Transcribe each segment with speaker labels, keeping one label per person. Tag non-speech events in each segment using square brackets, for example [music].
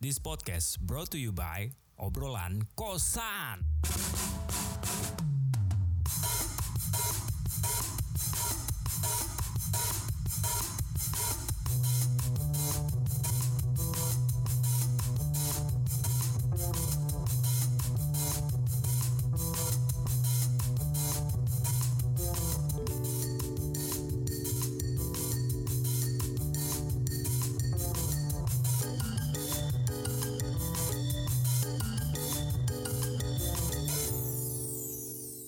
Speaker 1: This podcast brought to you by Obrolan Kosan.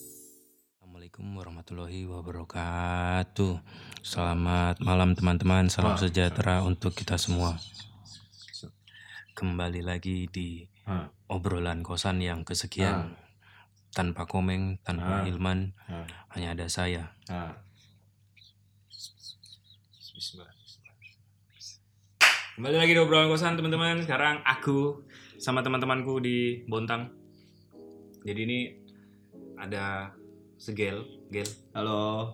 Speaker 2: Assalamualaikum warahmatullahi wabarakatuh. Selamat malam teman-teman, salam sejahtera untuk kita semua. Kembali lagi di
Speaker 3: Ah.
Speaker 2: obrolan kosan yang kesekian. Tanpa komeng, tanpa
Speaker 3: Ah.
Speaker 2: Hilman,
Speaker 3: Ah.
Speaker 2: hanya ada saya.
Speaker 3: Ah.
Speaker 2: Kembali lagi di obrolan kosan teman-teman. Sekarang aku sama teman-temanku di Bontang. Jadi ini ada segel, gel.
Speaker 3: Halo.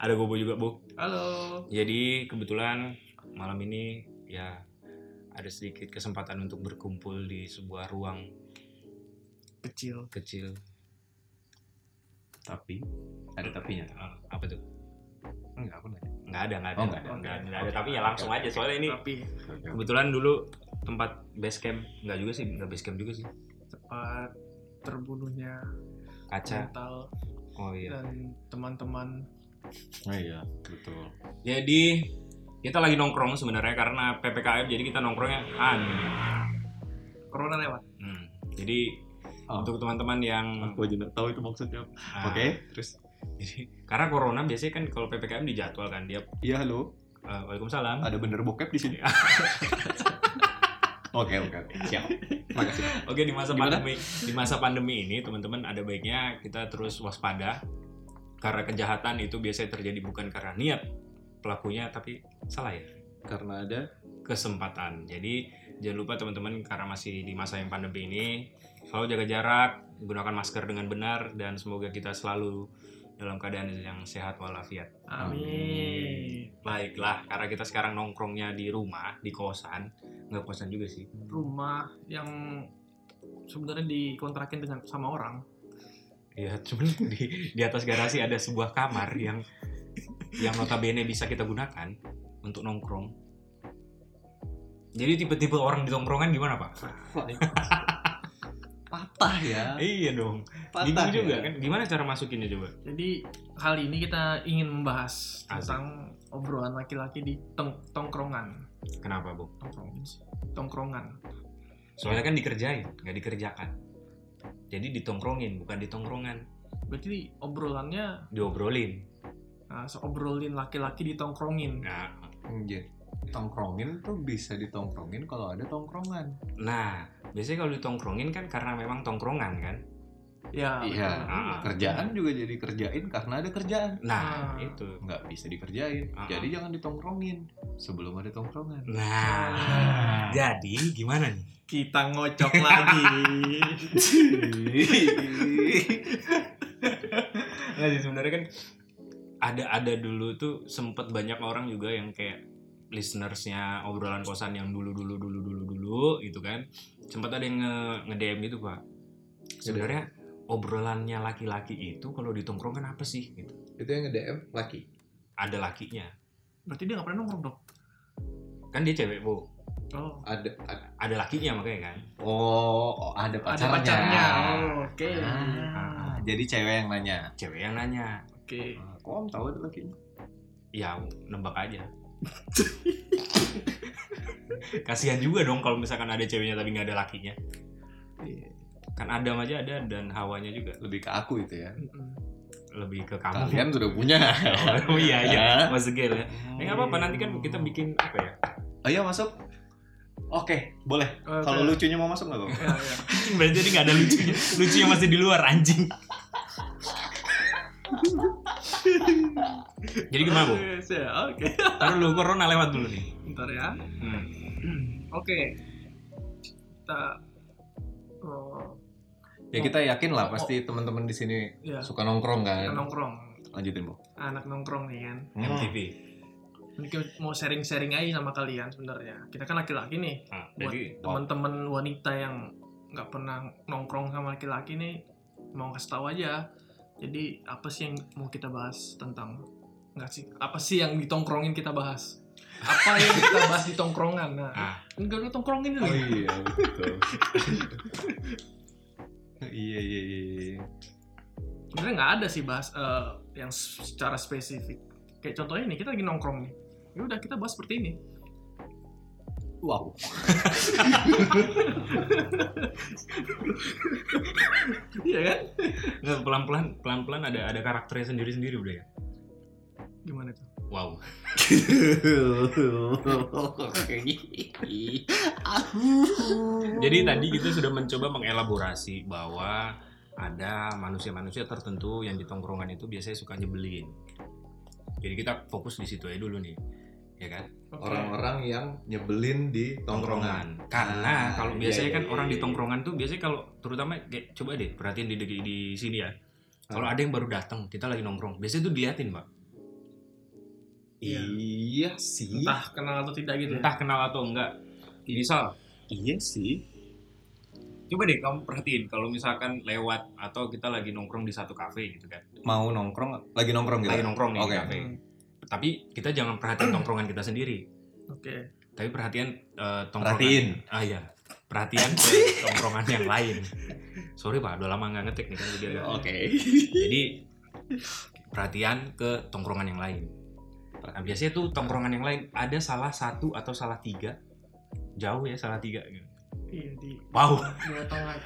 Speaker 2: ada Bobo juga, Bu.
Speaker 3: Halo.
Speaker 2: Jadi kebetulan malam ini ya ada sedikit kesempatan untuk berkumpul di sebuah ruang
Speaker 3: Kecil.
Speaker 2: kecil.
Speaker 3: Tapi ada tapinya.
Speaker 2: Eh, Apa tuh?
Speaker 3: Enggak, aku nanya.
Speaker 2: Nggak ada, nggak ada.
Speaker 3: Oh, nggak ada.
Speaker 2: Nggak
Speaker 3: Oke.
Speaker 2: nggak ada.
Speaker 3: Oke.
Speaker 2: Tapi ya langsung aja soalnya ini
Speaker 4: tapi
Speaker 2: kebetulan dulu tempat base camp nggak juga sih, nggak base camp juga sih.
Speaker 4: cepat terbunuhnya
Speaker 2: Kaca.
Speaker 4: mental
Speaker 2: Oh iya.
Speaker 4: dan teman-teman
Speaker 3: Oh iya, betul.
Speaker 2: Jadi kita lagi nongkrong sebenarnya karena PPKM jadi kita nongkrongnya aneh.
Speaker 4: corona lewat
Speaker 2: Hmm. Jadi
Speaker 3: Oh.
Speaker 2: untuk teman-teman yang
Speaker 3: Aku aja nggak tahu itu maksudnya. apa.
Speaker 2: ah,
Speaker 3: Oke, terus.
Speaker 2: jadi- karena corona biasanya kan kalau PPKM dijadwalkan kan, dia
Speaker 3: Iya, halo.
Speaker 2: eh, Waalaikumsalam.
Speaker 3: Ada bener bokep di sini. [laughs] Oke, oke. oke. Siap. Makasih.
Speaker 2: Oke di masa
Speaker 3: Gimana?
Speaker 2: pandemi di masa pandemi ini teman-teman ada baiknya kita terus waspada karena kejahatan itu biasanya terjadi bukan karena niat pelakunya tapi salah ya
Speaker 3: Karena ada
Speaker 2: kesempatan. Jadi jangan lupa teman-teman karena masih di masa yang pandemi ini selalu jaga jarak, gunakan masker dengan benar dan semoga kita selalu dalam keadaan yang sehat walafiat.
Speaker 4: amin
Speaker 2: Baiklah, karena kita sekarang nongkrongnya di rumah, di kosan, nggak kosan juga sih.
Speaker 4: rumah yang sebenarnya dikontrakin dengan sama orang
Speaker 2: Ya, [laughs] cuman di, di atas garasi ada sebuah kamar yang yang notabene bisa kita gunakan untuk nongkrong. Jadi tipe-tipe orang di tongkrongan gimana, Pak?
Speaker 3: [laughs] patah ya.
Speaker 2: iya dong.
Speaker 3: Patah
Speaker 2: Bingung
Speaker 3: ya.
Speaker 2: juga kan. Gimana cara masukinnya coba?
Speaker 4: jadi kali ini kita ingin membahas
Speaker 2: Asik.
Speaker 4: tentang obrolan laki-laki di tong- tongkrongan
Speaker 2: Kenapa, Bu?
Speaker 4: tongkrongan sih. tongkrongan
Speaker 2: Soalnya kan dikerjain, nggak dikerjakan. Jadi ditongkrongin, bukan ditongkrongan.
Speaker 4: berarti obrolannya
Speaker 2: Diobrolin.
Speaker 4: nah, seobrolin laki-laki ditongkrongin
Speaker 2: Nah,
Speaker 3: Iya. Tongkrongin tuh bisa ditongkrongin kalau ada tongkrongan.
Speaker 2: nah biasanya kalau ditongkrongin kan karena memang tongkrongan kan.
Speaker 4: ya
Speaker 3: Iya.
Speaker 2: Ah.
Speaker 3: Kerjaan juga jadi kerjain karena ada kerjaan.
Speaker 2: Nah,
Speaker 4: Ah.
Speaker 2: itu.
Speaker 3: nggak bisa dikerjain.
Speaker 2: Ah.
Speaker 3: Jadi jangan ditongkrongin sebelum ada [laughs] tongkrongan.
Speaker 2: Nah, jadi gimana nih?
Speaker 4: kita
Speaker 3: [laughs]
Speaker 4: ngocok lagi
Speaker 2: Nggak sih sebenarnya kan ada ada dulu tuh sempet banyak orang juga yang kayak listenersnya obrolan kosan yang dulu dulu dulu dulu dulu gitu kan sempat ada yang nge, DM gitu pak sebenarnya obrolannya laki-laki itu kalau ditongkrongan apa sih gitu
Speaker 3: Itu yang nge-DM laki.
Speaker 2: ada lakinya
Speaker 4: berarti dia nggak pernah nongkrong dong
Speaker 2: kan dia cewek bu
Speaker 4: oh
Speaker 3: Ada, ada-
Speaker 2: ada lakinya makanya kan
Speaker 3: oh, oh, ada
Speaker 4: ada
Speaker 3: pacarnya.
Speaker 4: pacarnya Oh, oke
Speaker 3: Ah, jadi cewek yang nanya.
Speaker 2: cewek yang nanya
Speaker 4: oke
Speaker 3: Ah, Kok om tahu ada lakinya?
Speaker 2: ya nembak aja kasihan juga dong kalau misalkan ada ceweknya tapi nggak ada lakinya
Speaker 4: Iya.
Speaker 2: kan Adam aja ada dan hawanya juga
Speaker 3: Lebih ke aku itu ya.
Speaker 4: Mm-mm.
Speaker 2: lebih ke kamu
Speaker 3: Kalian sudah punya.
Speaker 2: oh iya Ah. iya
Speaker 3: Ya.
Speaker 2: Mas Gel ya eh nggak apa-apa nanti kan kita bikin apa ya
Speaker 3: Ayo masuk. Oke, boleh.
Speaker 4: Oh,
Speaker 3: Kalau
Speaker 4: oke.
Speaker 3: lucunya mau masuk nggak Bang?
Speaker 4: Ya, ya.
Speaker 2: berarti jadi nggak ada lucunya lucunya masih di luar anjing [laughs] jadi gimana
Speaker 4: [laughs]
Speaker 2: bu
Speaker 4: Oke, siap. Oke.
Speaker 2: taruh lu corona lewat dulu nih
Speaker 4: Bentar ya. [clears throat]
Speaker 2: hmm.
Speaker 4: Oke. Kita eh,
Speaker 3: Ya kita yakin lah pasti teman-teman di sini
Speaker 4: ya
Speaker 3: suka nongkrong
Speaker 4: anak
Speaker 3: kan.
Speaker 4: nongkrong.
Speaker 3: Lanjutin, Bu.
Speaker 4: Anak nongkrong nih kan.
Speaker 2: MTV
Speaker 4: Mungkin mau sharing-sharing aja sama kalian sebenarnya. Kita kan laki-laki nih.
Speaker 2: Nah,
Speaker 4: Buat
Speaker 2: jadi
Speaker 4: teman-teman wanita yang nggak pernah nongkrong sama laki-laki nih mau kasih tahu aja. Jadi apa sih yang mau kita bahas tentang nggak sih? Apa sih yang ditongkrongin kita bahas? Apa yang
Speaker 3: [laughs]
Speaker 4: kita bahas di tongkrongan? Nah,
Speaker 2: Ah.
Speaker 4: enggak lu tongkrongin
Speaker 3: Oh
Speaker 4: dulu.
Speaker 3: iya betul. [laughs] iya iya iya. iya.
Speaker 4: Sebenarnya nggak ada sih bahas eh, yang secara spesifik. Kayak contohnya nih kita lagi nongkrong nih. Ya udah kita bahas seperti ini.
Speaker 3: Wow.
Speaker 4: [laughs] Iya kan?
Speaker 2: nggak, pelan-pelan pelan-pelan ada ada karakternya sendiri-sendiri udah ya.
Speaker 4: Gimana tuh?
Speaker 2: Wow. Jadi tadi kita sudah mencoba mengelaborasi bahwa ada manusia-manusia tertentu yang di tongkrongan itu biasanya suka nyebelin. Jadi kita fokus di situ aja dulu nih. Ya kan?
Speaker 4: Oke.
Speaker 3: Orang-orang yang nyebelin di tongkrongan.
Speaker 2: Karena
Speaker 3: Ah,
Speaker 2: kalau
Speaker 3: iya,
Speaker 2: biasanya
Speaker 3: iya,
Speaker 2: kan
Speaker 3: iya,
Speaker 2: orang di
Speaker 3: iya.
Speaker 2: tongkrongan tuh biasanya kalau terutama kayak coba deh perhatiin di di, di sini ya. Kalau
Speaker 3: Ah.
Speaker 2: ada yang baru datang, kita lagi nongkrong. Biasanya tuh diliatin, Pak.
Speaker 4: Iya.
Speaker 3: Iya sih.
Speaker 4: entah kenal atau tidak gitu. ya.
Speaker 2: Entah kenal atau enggak. Misal
Speaker 3: Iya sih.
Speaker 2: coba deh kamu perhatiin kalau misalkan lewat atau kita lagi nongkrong di satu kafe gitu kan
Speaker 3: Mau nongkrong lagi nongkrong gitu.
Speaker 2: lagi nongkrong nih
Speaker 3: Oke.
Speaker 2: di kafe
Speaker 4: Hmm.
Speaker 2: tapi kita jangan perhatiin tongkrongan kita sendiri
Speaker 4: Oke.
Speaker 2: [laughs] tapi perhatian eh, tongkrongan
Speaker 3: Perhatiin.
Speaker 2: ah iya perhatian ke tongkrongan yang lain sorry pak udah lama nggak ngetik nih kan jadi agak- jadi perhatian ke tongkrongan yang lain nah, biasanya tuh tongkrongan yang lain ada salah satu atau salah tiga jauh ya salah tiga gitu.
Speaker 4: Iya di
Speaker 2: wow
Speaker 4: Jawa Tengah.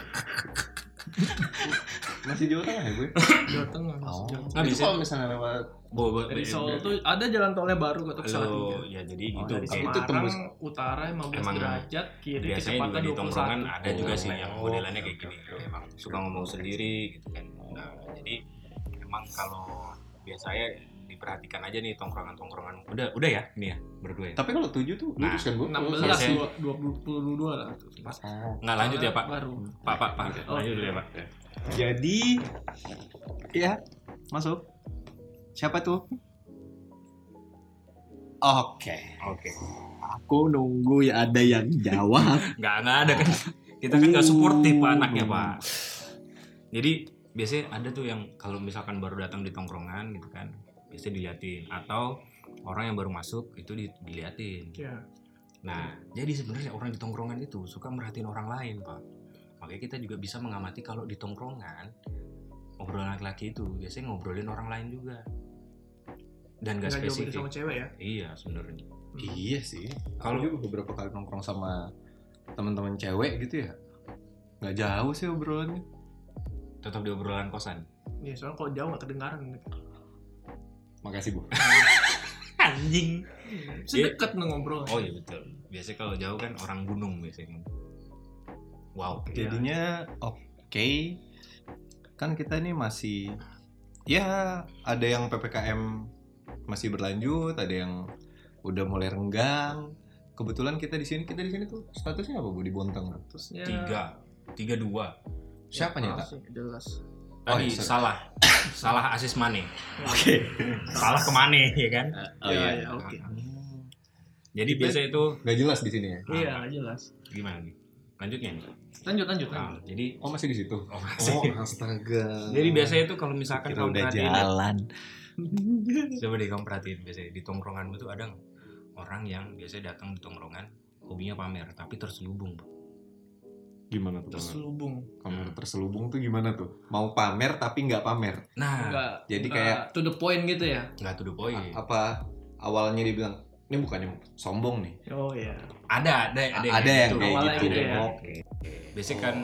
Speaker 3: Masih di tengah ya gue.
Speaker 4: Jawa Tengah.
Speaker 3: Oh.
Speaker 2: Nah,
Speaker 4: Jawa Tengah.
Speaker 3: Itu
Speaker 2: biasanya-
Speaker 3: kalau misalnya lewat
Speaker 2: Bo- bo-
Speaker 4: Dari
Speaker 2: bo-
Speaker 4: Seoul Kan tuh ada jalan tolnya baru kota
Speaker 2: Halo,
Speaker 4: Salatiga.
Speaker 2: ya jadi
Speaker 3: Oh,
Speaker 2: gitu
Speaker 4: Dari
Speaker 3: itu
Speaker 2: Kayak-
Speaker 4: Semarang
Speaker 3: tembus.
Speaker 4: utara 15
Speaker 2: Emang
Speaker 4: derajat kiri
Speaker 2: biasanya juga
Speaker 4: kecepatan
Speaker 2: di
Speaker 4: 21.
Speaker 2: tongkrongan ada juga sih
Speaker 3: Oh.
Speaker 2: yang modelannya kayak gini
Speaker 3: Oke, oke.
Speaker 2: emang suka ngomong sendiri gitu kan nah jadi emang kalau biasanya diperhatikan aja nih tongkrongan-tongkrongan udah udah ya ini ya berdua ya
Speaker 3: Tapi kalau tujuh tuh lurus kan gue.
Speaker 4: 16
Speaker 2: Biasanya-
Speaker 4: dua- 22 lah tuh. Pas
Speaker 3: Oh.
Speaker 2: nggak lanjut ya pak
Speaker 4: Baru.
Speaker 2: pak pak pak
Speaker 4: Oh.
Speaker 2: lanjut dulu ya pak
Speaker 3: Jadi ya masuk. Siapa tuh? Oke,
Speaker 2: oke
Speaker 3: aku nunggu ya ada yang jawab.
Speaker 2: nggak nggak ada kan kita kan nggak supportif pak
Speaker 3: Uh.
Speaker 2: anaknya pak jadi biasanya ada tuh yang kalau misalkan baru datang di tongkrongan gitu kan biasanya diliatin atau orang yang baru masuk itu di- diliatin
Speaker 4: Ya.
Speaker 2: Nah,
Speaker 4: Hmm.
Speaker 2: jadi sebenarnya orang di tongkrongan itu suka merhatiin orang lain, Pak. Makanya kita juga bisa mengamati kalau di tongkrongan obrolan laki-laki itu biasanya ngobrolin orang lain juga. Dan gak
Speaker 4: Enggak jauh beda
Speaker 2: spesifik.
Speaker 4: sama cewek ya.
Speaker 2: Iya, sebenarnya.
Speaker 3: [laughs] iya sih. Kalau
Speaker 2: Kalau-
Speaker 3: juga beberapa kali nongkrong sama teman-teman cewek gitu ya, nggak jauh sih obrolannya.
Speaker 2: Tetap di obrolan kosan.
Speaker 4: Iya, soalnya kalau jauh nggak kedengaran.
Speaker 2: Iya.
Speaker 3: Makasih bu.
Speaker 2: Anjing.
Speaker 4: Sedekat yeah. ngobrol.
Speaker 2: Oh iya betul. Biasanya kalau jauh kan orang gunung biasanya. Wow.
Speaker 3: Iya.
Speaker 4: Iya.
Speaker 3: Jadinya oke, kan kita ini masih ya ada yang ppkm masih berlanjut, ada yang udah mulai renggang. Kebetulan kita di sini, kita di sini tuh statusnya apa bu di Bontang? Bu?
Speaker 4: Terusnya
Speaker 2: Tiga. Tiga dua.
Speaker 3: Siapa nih
Speaker 4: Maaf
Speaker 3: tak?
Speaker 4: Ya, sih, Jelas.
Speaker 2: Tadi
Speaker 3: iya, sorry.
Speaker 2: salah. salah asis Mane.
Speaker 3: Oke.
Speaker 2: Salah ke Mane, ya kan?
Speaker 3: Oh iya.
Speaker 4: iya, iya, oke.
Speaker 2: Ah.
Speaker 3: Hmm.
Speaker 2: Jadi
Speaker 3: Kita-
Speaker 2: biasanya itu
Speaker 3: Nggak jelas di sini ya.
Speaker 4: Iya, jelas.
Speaker 2: gimana nih? Lanjutnya nih.
Speaker 4: Lanjut, lanjut,
Speaker 2: Nah,
Speaker 4: lanjut.
Speaker 2: jadi
Speaker 3: Oh masih di situ.
Speaker 2: [laughs] oh, masih.
Speaker 3: astaga.
Speaker 2: jadi biasanya tuh kalau misalkan
Speaker 3: Kira
Speaker 2: kamu
Speaker 3: udah
Speaker 2: perhatiin, ya.
Speaker 3: jalan.
Speaker 2: coba deh kamu perhatiin biasanya di tongkronganmu tuh ada nggak orang yang biasanya datang di tongkrongan hobinya pamer tapi terselubung. Pak.
Speaker 3: Gimana tuh?
Speaker 4: Terselubung.
Speaker 3: Kamu terselubung tuh gimana tuh? Mau pamer tapi nggak pamer.
Speaker 2: Nah,
Speaker 4: Enggak.
Speaker 3: jadi
Speaker 4: enggak
Speaker 3: kayak-
Speaker 4: to the point gitu ya.
Speaker 2: nggak tuh boy.
Speaker 3: A- apa awalnya dibilang ini bukannya sombong nih
Speaker 4: Oh iya.
Speaker 2: Ada, ada, ada,
Speaker 3: ada yang kayak
Speaker 4: Awalnya
Speaker 3: gitu,
Speaker 4: gitu ya.
Speaker 3: oke
Speaker 2: Biasanya kan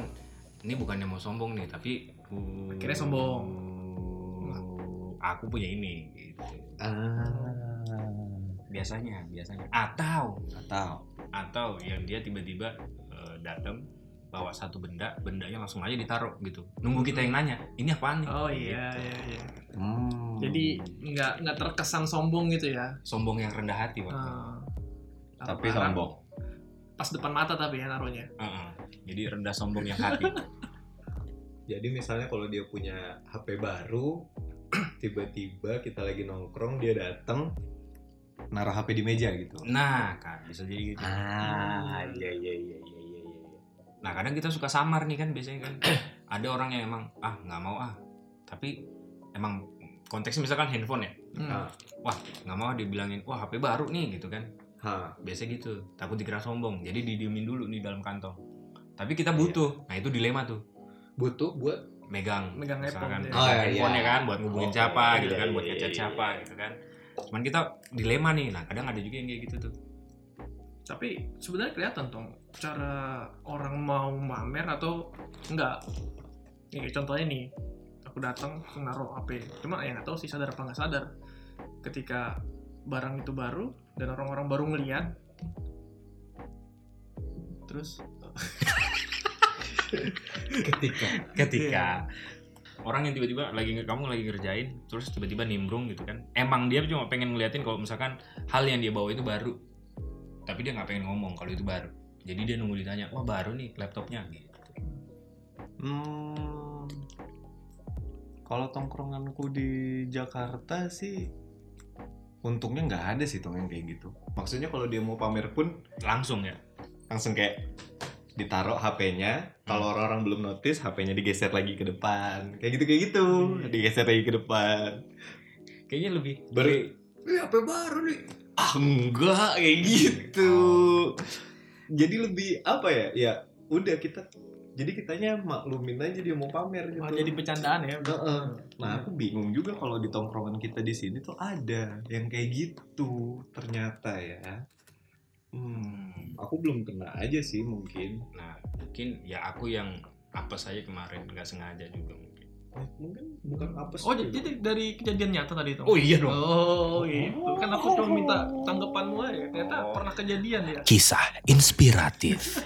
Speaker 2: ini bukannya mau sombong nih tapi
Speaker 4: Akhirnya sombong.
Speaker 2: Aku punya ini. Gitu.
Speaker 3: ah
Speaker 2: Biasanya, biasanya. Atau
Speaker 3: atau
Speaker 2: atau yang dia tiba-tiba eh, datang bawa satu benda bendanya langsung aja ditaruh gitu nunggu kita yang nanya ini apaan nih Gitu.
Speaker 4: Oh iya, iya, iya.
Speaker 3: hmm.
Speaker 4: Jadi nggak nggak terkesan sombong gitu ya.
Speaker 2: sombong yang rendah hati Pak.
Speaker 4: Eh, taruh
Speaker 3: tapi
Speaker 4: barang,
Speaker 3: sombong
Speaker 4: Pas depan mata tapi ya naruhnya.
Speaker 2: Heeh. jadi rendah sombong yang hati
Speaker 5: Jadi misalnya kalau dia punya
Speaker 3: [clears throat]
Speaker 5: HP baru, tiba-tiba kita lagi nongkrong dia datang
Speaker 3: naruh HP di meja gitu.
Speaker 2: Nah, kan bisa jadi gitu.
Speaker 3: Ah,
Speaker 2: iya iya iya iya iya. iya. Nah, kadang kita suka samar nih kan
Speaker 4: [clears throat]
Speaker 2: biasanya kan. Ada orang yang emang ah nggak mau ah. Tapi emang konteksnya misalkan handphone ya.
Speaker 3: Ah.
Speaker 4: Hmm.
Speaker 2: Wah, nggak mau dibilangin, wah HP baru nih gitu kan.
Speaker 5: Hah.
Speaker 2: Biasa gitu. Takut dikira sombong. Jadi didiemin dulu nih dalam kantong. Tapi kita butuh. Nah, itu dilema tuh.
Speaker 5: Butuh buat
Speaker 2: Megang
Speaker 4: Megang
Speaker 2: misalkan megang
Speaker 4: iPhone,
Speaker 5: ya. Oh, iya,
Speaker 2: handphone ya
Speaker 5: iya.
Speaker 2: kan buat ngubungin
Speaker 5: Oh,
Speaker 2: siapa
Speaker 5: iya,
Speaker 2: gitu
Speaker 5: iya,
Speaker 2: kan,
Speaker 5: iya,
Speaker 2: buat
Speaker 5: iya,
Speaker 2: ngechat
Speaker 5: iya,
Speaker 2: siapa
Speaker 5: iya.
Speaker 2: gitu kan. Cuman kita dilema nih. Nah, kadang ada juga yang kayak gitu tuh.
Speaker 4: Tapi sebenarnya kelihatan tuh cara orang mau mamer atau enggak. Ya, kayak contohnya nih, aku datang aku naruh HP. Cuma ya nggak tahu sih sadar apa nggak sadar. Ketika barang itu baru dan orang-orang baru ngeliat, terus
Speaker 5: ketika
Speaker 2: ketika orang yang tiba-tiba lagi nge- kamu lagi ngerjain terus tiba-tiba nimbrung gitu kan emang dia cuma pengen ngeliatin kalau misalkan hal yang dia bawa itu baru tapi dia nggak pengen ngomong kalau itu baru jadi dia nunggu ditanya wah baru nih laptopnya gitu
Speaker 3: Hmm, kalau tongkronganku di Jakarta sih untungnya nggak ada sih tong yang kayak gitu. Maksudnya kalau dia mau pamer pun
Speaker 2: langsung ya
Speaker 3: langsung kayak ditaruh HP-nya,
Speaker 4: Hmm.
Speaker 3: kalau orang-orang belum notice HP-nya digeser lagi ke depan. Kayak gitu kayak gitu,
Speaker 4: Hmm.
Speaker 3: digeser lagi ke depan.
Speaker 2: kayaknya lebih
Speaker 3: Baru
Speaker 2: lebih-
Speaker 3: "Ih, HP baru nih. Ah, enggak kayak
Speaker 4: Hmm.
Speaker 3: gitu.
Speaker 4: Oh.
Speaker 3: Jadi lebih apa ya? Ya udah kita jadi kitanya maklumin aja dia mau pamer gitu.
Speaker 4: malah jadi bercandaan ya.
Speaker 3: Heeh. Nah, aku bingung juga kalau di tongkrongan kita di sini tuh ada yang kayak gitu ternyata ya. Hmm,
Speaker 2: Hmm,
Speaker 3: aku belum kena aja sih mungkin.
Speaker 2: nah mungkin ya aku yang apa saya kemarin nggak sengaja juga mungkin
Speaker 3: Eh, Mungkin bukan apa gitu.
Speaker 4: Oh jadi jadi dari kejadian nyata tadi tuh?
Speaker 2: oh iya dong
Speaker 4: Oh itu kan aku cuma minta tanggapanmu aja. Ternyata
Speaker 2: Oh.
Speaker 4: pernah kejadian ya.
Speaker 1: Kisah inspiratif.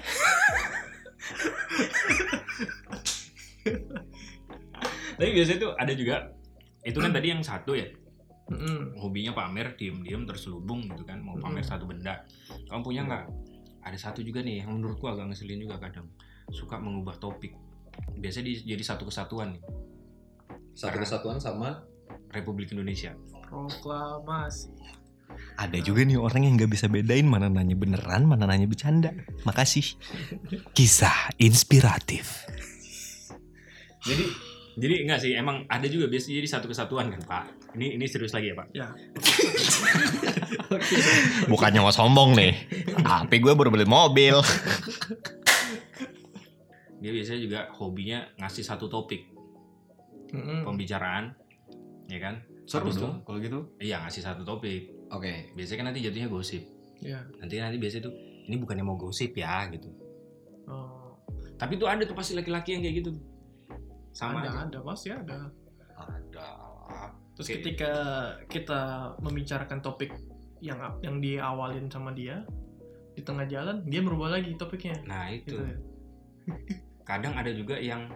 Speaker 2: tapi biasanya tuh ada juga itu
Speaker 5: Hmm.
Speaker 2: kan tadi yang satu ya
Speaker 4: Mm-mm.
Speaker 2: hobinya pamer diem-diem terselubung gitu kan mau pamer
Speaker 5: Hmm.
Speaker 4: Mm.
Speaker 2: satu benda kamu punya nggak ada satu juga nih yang menurutku agak ngeselin juga kadang suka mengubah topik biasanya di- jadi satu kesatuan nih
Speaker 5: satu kesatuan sama
Speaker 2: Republik Indonesia
Speaker 4: Proklamasi.
Speaker 3: Ada juga nih orang yang nggak bisa bedain mana nanya beneran, mana nanya bercanda. Makasih.
Speaker 1: Kisah inspiratif.
Speaker 2: jadi jadi enggak sih emang ada juga biasanya jadi satu kesatuan kan pak ini ini serius lagi ya pak
Speaker 3: [laughs] Bukannya mau sombong nih. HP gue baru beli mobil.
Speaker 2: dia biasanya juga hobinya ngasih satu topik
Speaker 4: Mm-mm.
Speaker 2: pembicaraan ya kan
Speaker 3: Seru
Speaker 2: Habis itu?
Speaker 3: dong kalau gitu.
Speaker 2: iya ngasih satu topik
Speaker 3: Oke.
Speaker 2: biasanya kan nanti jatuhnya gosip
Speaker 4: Iya.
Speaker 2: nanti nanti biasanya tuh ini bukannya mau gosip ya gitu
Speaker 4: Oh,
Speaker 2: Tapi tuh ada tuh pasti laki-laki yang kayak gitu. Sama aja.
Speaker 4: ada ada pasti ada.
Speaker 2: Ada.
Speaker 4: Terus
Speaker 2: Oke.
Speaker 4: ketika kita membicarakan topik yang yang diawalin sama dia di tengah jalan dia merubah lagi topiknya.
Speaker 2: Nah itu.
Speaker 4: Gitu ya.
Speaker 2: Kadang ada juga yang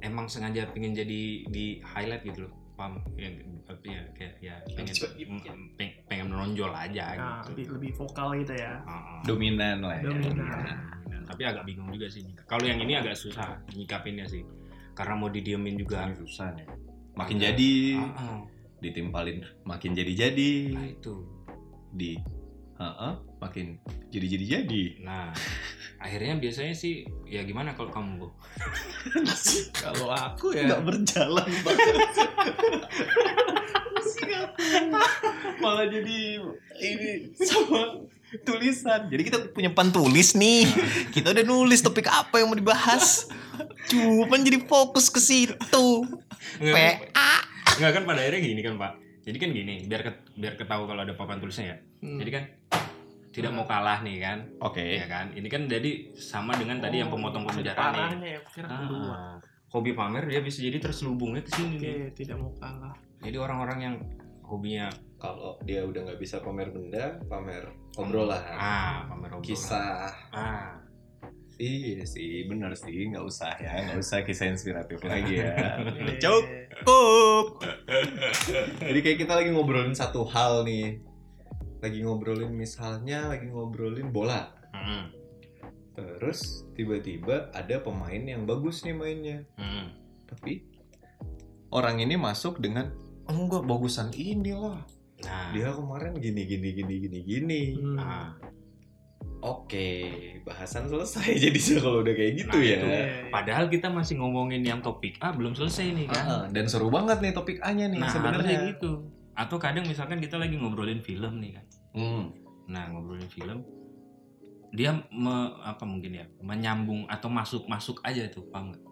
Speaker 2: emang sengaja pengen jadi di highlight gitu loh. Paham? Yang ya, kayak ya pengen mm, peng- pengen menonjol aja
Speaker 4: Nah,
Speaker 2: gitu.
Speaker 4: lebih, lebih vokal gitu ya.
Speaker 2: Heeh.
Speaker 3: Dominan lah ya.
Speaker 4: Dominan.
Speaker 2: Nah, Tapi agak bingung juga sih. Kalau yang ini agak susah nyikapinnya sih. Karena mau didiemin juga.
Speaker 3: Ini susah nih. Makin jadi
Speaker 2: Heeh.
Speaker 3: ditimpalin makin jadi-jadi
Speaker 2: Nah itu.
Speaker 3: di Heeh, makin jadi-jadi jadi.
Speaker 2: Nah, akhirnya biasanya sih ya gimana kalau kamu, Bu?
Speaker 4: Kalau aku ya
Speaker 3: Enggak berjalan Malah jadi ini sama tulisan. Jadi kita punya pan tulis nih. Kita udah nulis topik apa yang mau dibahas. Cuman jadi fokus ke situ.
Speaker 2: Nggak, Nggak kan pada akhirnya gini kan Pak. Jadi kan gini, biar ke, biar ketahu kalau ada papan tulisnya ya.
Speaker 4: Hmm.
Speaker 2: Jadi kan tidak mau kalah nih kan, ya
Speaker 3: Oke.
Speaker 2: kan. Ini kan jadi sama dengan kan tadi yang
Speaker 4: Oh,
Speaker 2: pemotong
Speaker 4: maksud
Speaker 2: pembicaraan nih.
Speaker 4: parahnya ya, kira kedua.
Speaker 2: Ah, hobi pamer dia bisa jadi terselubungnya ke sini
Speaker 4: Oke,
Speaker 2: nih.
Speaker 4: tidak mau kalah.
Speaker 2: Jadi orang-orang yang hobinya
Speaker 5: kalau dia udah nggak bisa pamer benda, pamer obrolan,
Speaker 2: ah pamer obrolan.
Speaker 5: kisah.
Speaker 2: Ah,
Speaker 3: Iya sih, bener sih, nggak usah ya, nggak usah kisah inspiratif lagi ya.
Speaker 4: [laughs]
Speaker 3: Udah
Speaker 4: Eh,
Speaker 3: Cukup. Jadi kayak kita lagi ngobrolin satu hal nih, lagi ngobrolin misalnya, lagi ngobrolin bola.
Speaker 2: mm,
Speaker 3: Terus tiba-tiba ada pemain yang bagus nih mainnya,
Speaker 2: mm.
Speaker 3: tapi orang "Oh, ini masuk dengan enggak bagusan inilah
Speaker 2: Nah,
Speaker 5: dia kemarin gini gini gini gini gini
Speaker 4: Hmm.
Speaker 3: Ah,
Speaker 2: nah,
Speaker 5: oke bahasan
Speaker 3: [laughs]
Speaker 5: selesai jadi sih kalau udah kayak gitu
Speaker 2: Nah,
Speaker 5: ya
Speaker 2: itu.
Speaker 4: Iya, iya.
Speaker 2: padahal kita masih ngomongin yang topik A belum selesai nih kan.
Speaker 3: Ah, dan seru banget nih topik A nya nih
Speaker 2: nah, harusnya
Speaker 3: sebenarnya
Speaker 2: gitu. Atau kadang misalkan kita lagi ngobrolin film nih kan.
Speaker 3: Hmm.
Speaker 2: Nah, ngobrolin film dia me- apa mungkin ya menyambung atau masuk masuk aja tuh paham nggak?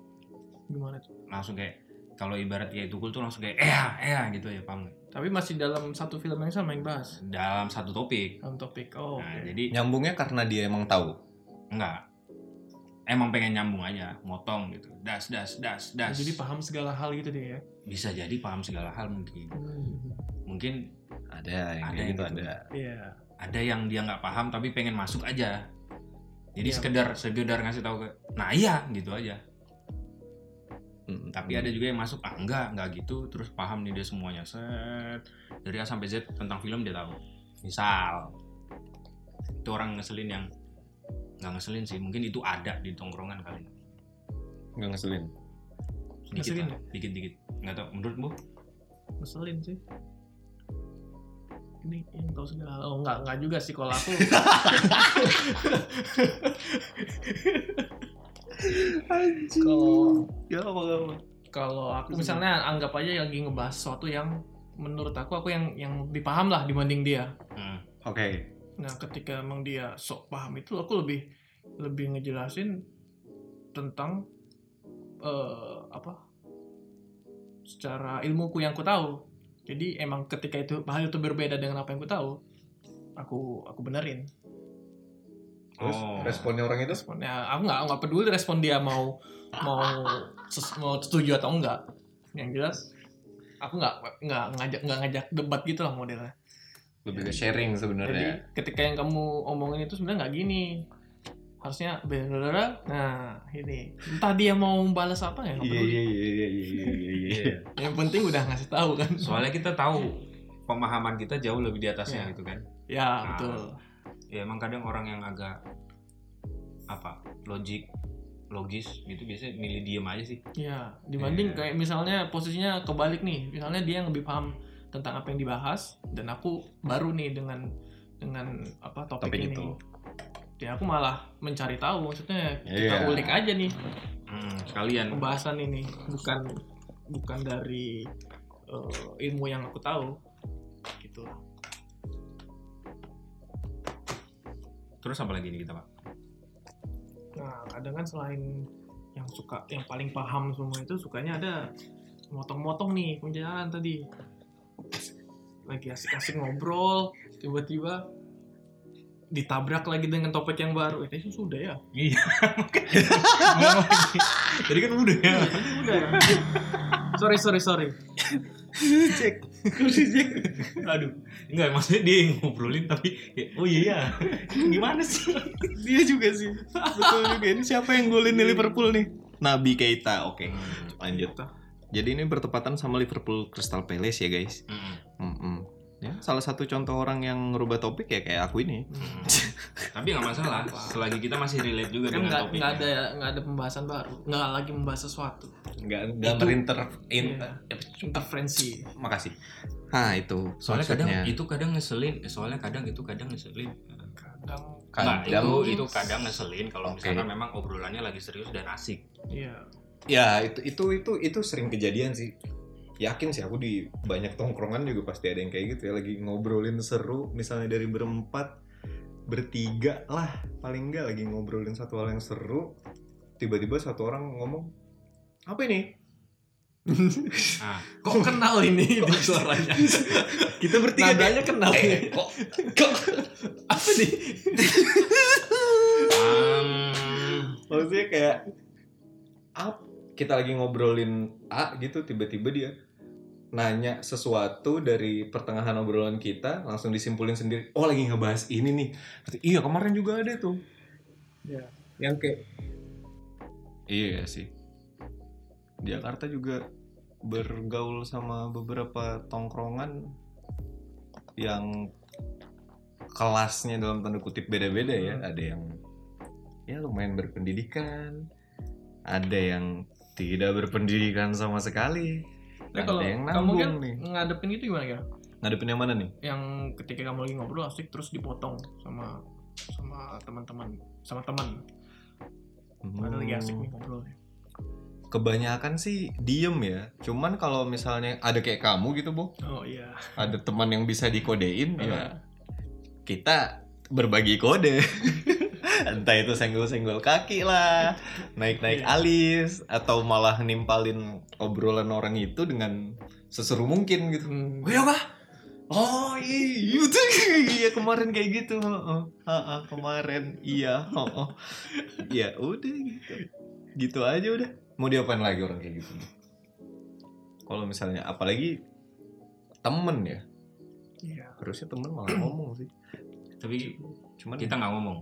Speaker 4: gimana tuh
Speaker 2: langsung kayak kalau ibarat ya itu tuh langsung kayak eh eh gitu ya paham nggak?
Speaker 4: tapi masih dalam satu film yang sama yang bahas
Speaker 2: dalam satu topik
Speaker 4: dalam topik oh
Speaker 2: nah
Speaker 4: oke.
Speaker 2: jadi
Speaker 3: nyambungnya karena dia emang tahu
Speaker 2: nggak emang pengen nyambung aja motong gitu das das das das
Speaker 4: jadi paham segala hal gitu dia ya
Speaker 2: bisa jadi paham segala hal mungkin
Speaker 3: Hmm,
Speaker 2: mungkin
Speaker 3: ada
Speaker 2: Ada
Speaker 3: yang kayak
Speaker 2: yang
Speaker 3: gitu
Speaker 2: gitu.
Speaker 3: ada
Speaker 4: iya
Speaker 2: ada yang dia nggak paham tapi pengen masuk aja jadi
Speaker 4: Iya.
Speaker 2: sekedar sekedar ngasih tahu ke nah iya gitu aja
Speaker 3: Mm,
Speaker 2: tapi ada juga yang masuk ah enggak enggak gitu terus paham nih dia semuanya set dari A sampai Z tentang film dia tahu misal itu orang ngeselin yang nggak ngeselin sih mungkin itu ada di tongkrongan kali
Speaker 3: nggak ngeselin
Speaker 2: dikit
Speaker 4: Ngeselin ya?
Speaker 2: lah, dikit dikit nggak tau menurutmu
Speaker 4: ngeselin sih ini yang tahu segala hal. oh nggak nggak juga sih kalau aku kalau
Speaker 3: ya apa apa
Speaker 4: kalau aku misalnya anggap aja lagi ngebahas sesuatu yang menurut aku aku yang yang lebih paham lah dibanding dia
Speaker 2: Hmm.
Speaker 3: oke
Speaker 4: nah ketika emang dia sok paham itu aku lebih lebih ngejelasin tentang eh, apa secara ilmuku yang ku tahu jadi emang ketika itu hal itu berbeda dengan apa yang ku tahu aku aku benerin
Speaker 5: terus
Speaker 2: Oh.
Speaker 5: responnya orang itu
Speaker 4: responnya aku nggak nggak peduli respon dia mau mau ses- mau setuju atau enggak yang jelas aku nggak nggak ngajak nggak ngajak debat gitu lah modelnya
Speaker 3: lebih ke sharing
Speaker 4: jadi
Speaker 3: sebenarnya
Speaker 4: ketika yang kamu omongin itu sebenarnya nggak gini harusnya benar nah ini entah dia mau balas apa ya nggak
Speaker 3: iya
Speaker 4: peduli.
Speaker 3: iya iya iya iya iya iya [laughs] iya
Speaker 4: yang penting udah ngasih tahu kan
Speaker 2: [laughs] soalnya kita tahu pemahaman kita jauh lebih di atasnya
Speaker 4: Iya.
Speaker 2: gitu kan
Speaker 4: ya
Speaker 2: Nah.
Speaker 4: betul
Speaker 2: ya emang kadang orang yang agak apa logik logis gitu biasanya milih diem aja sih
Speaker 4: Ya,
Speaker 2: Iya.
Speaker 4: dibanding kayak misalnya posisinya kebalik nih. Misalnya dia yang lebih paham tentang apa yang dibahas dan aku baru nih dengan dengan apa topik,
Speaker 3: Topik
Speaker 4: ini.
Speaker 3: itu.
Speaker 4: Ya aku malah mencari tahu maksudnya
Speaker 3: Iya.
Speaker 4: kita ulik aja nih
Speaker 2: Hmm, sekalian
Speaker 4: pembahasan ini bukan bukan dari eh, ilmu yang aku tahu gitu lah.
Speaker 2: terus apa lagi nih kita [laughs] pak
Speaker 4: Nah, kadang kan selain yang suka yang paling paham semua itu sukanya ada motong-motong nih penjelasan tadi. Lagi asik-asik ngobrol, tiba-tiba ditabrak lagi dengan topik yang baru. Eh, kayaknya sudah ya.
Speaker 2: Iya. Jadi kan udah ya.
Speaker 4: Sudah. sorry, sorry, sorry.
Speaker 2: Aduh. Enggak, maksudnya dia yang ngobrolin tapi ya, oh iya [laughs] iya. Gimana sih?
Speaker 3: dia juga sih [laughs] betul juga ini siapa yang golin di Liverpool nih Nabi Keita oke lanjut jadi ini bertepatan sama Liverpool Crystal Palace ya guys
Speaker 2: Mm-mm.
Speaker 3: Mm-mm. Ya, salah satu contoh orang yang ngerubah topik ya kayak aku ini
Speaker 2: Mm-mm. tapi nggak masalah selagi kita masih relate juga
Speaker 4: Kan
Speaker 2: dengan
Speaker 4: nggak
Speaker 2: topiknya
Speaker 4: nggak ada nggak ada pembahasan baru, nggak lagi membahas sesuatu.
Speaker 3: nggak nggak
Speaker 2: Itu-
Speaker 3: merinter in-
Speaker 4: Iya. Interferensi.
Speaker 3: makasih nah itu
Speaker 2: soalnya kadang
Speaker 3: maksudnya.
Speaker 2: itu kadang ngeselin eh, soalnya kadang itu kadang ngeselin
Speaker 4: Kadang,
Speaker 2: Nah,
Speaker 3: Kadang-
Speaker 2: itu itu kadang ngeselin kalau
Speaker 3: Oke.
Speaker 2: misalkan memang obrolannya lagi serius dan asik
Speaker 4: iya.
Speaker 5: ya itu itu itu itu sering kejadian sih yakin sih aku di banyak tongkrongan juga pasti ada yang kayak gitu ya lagi ngobrolin seru misalnya dari berempat bertiga lah paling enggak lagi ngobrolin satu hal yang seru tiba-tiba satu orang ngomong apa ini
Speaker 2: nah,
Speaker 4: Kok kenal
Speaker 5: [laughs]
Speaker 4: ini di suaranya?
Speaker 5: kita bertiga deh
Speaker 4: Nadanya kenal.
Speaker 5: Eh, kok kok
Speaker 4: Apa nih?
Speaker 2: um,
Speaker 5: maksudnya kayak up kita lagi ngobrolin A gitu tiba-tiba dia nanya sesuatu dari pertengahan obrolan kita langsung disimpulin sendiri oh lagi ngebahas ini nih Berarti, iya kemarin juga ada tuh
Speaker 4: Ya.
Speaker 5: yang kayak
Speaker 3: Iya sih. Jakarta juga bergaul sama beberapa tongkrongan yang
Speaker 5: kelasnya dalam tanda kutip beda-beda ya
Speaker 4: Hmm.
Speaker 5: ada yang ya lumayan berpendidikan ada yang tidak berpendidikan sama sekali
Speaker 4: [laughs] Tapi
Speaker 5: ada
Speaker 4: kalau
Speaker 5: yang
Speaker 4: kamu
Speaker 5: nanggung
Speaker 4: kan
Speaker 5: nih
Speaker 4: ngadepin itu gimana ya?
Speaker 3: ngadepin yang mana nih
Speaker 4: yang ketika kamu lagi ngobrol asik terus dipotong sama sama teman-teman sama teman padahal lagi asik
Speaker 5: Hmm.
Speaker 4: nih ngobrol
Speaker 3: Hmm, kebanyakan sih diem ya cuman kalau misalnya ada kayak kamu gitu bu
Speaker 4: oh iya
Speaker 3: ada teman yang bisa dikodein ya kita berbagi kode entah itu senggol-senggol kaki lah naik-naik
Speaker 4: Iya.
Speaker 3: alis atau malah nimpalin obrolan orang itu dengan seseru mungkin gitu
Speaker 4: Hmm.
Speaker 3: Oh iya kah? Oh iya, [laughs] itu iya kemarin kayak gitu. Heeh. Heeh, kemarin iya. Heeh. Ya udah gitu. Gitu aja udah. Mau diapain lagi orang kayak gitu? Kalau misalnya apalagi temen ya
Speaker 4: iya
Speaker 3: harusnya temen malah [clears throat] ngomong sih
Speaker 2: tapi
Speaker 3: cuman
Speaker 2: kita nggak ngomong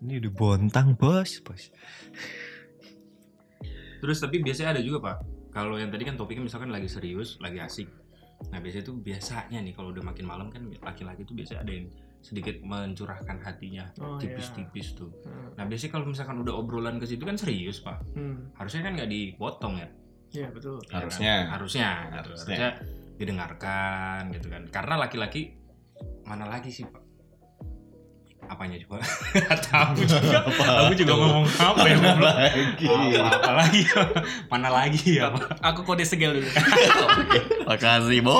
Speaker 3: ini udah bontang bos bos
Speaker 2: Terus tapi biasanya ada juga pak. Kalau yang tadi kan topiknya misalkan lagi serius, lagi asik. Nah biasanya tuh biasanya nih kalau udah makin malam kan laki-laki tuh biasanya ada yang sedikit mencurahkan hatinya
Speaker 4: oh iya
Speaker 2: tipis-tipis tuh.
Speaker 4: Hmm.
Speaker 2: Nah biasanya kalau misalkan udah obrolan ke situ kan serius pak.
Speaker 4: hmm
Speaker 2: Harusnya kan nggak dipotong ya.
Speaker 4: iya betul
Speaker 2: Ya kan?
Speaker 3: Harusnya.
Speaker 2: Harusnya. gitu.
Speaker 3: Harusnya.
Speaker 2: Harusnya didengarkan gitu kan. Karena laki-laki mana lagi sih pak? Apanya coba? [laughs] Tahu
Speaker 3: [laughs]
Speaker 2: juga. Aku juga ngomong apa ya? Bro? [laughs]
Speaker 3: lagi
Speaker 2: Apa, apa lagi? mana lagi ya? Pak?
Speaker 4: aku kode segel dulu
Speaker 3: makasih bo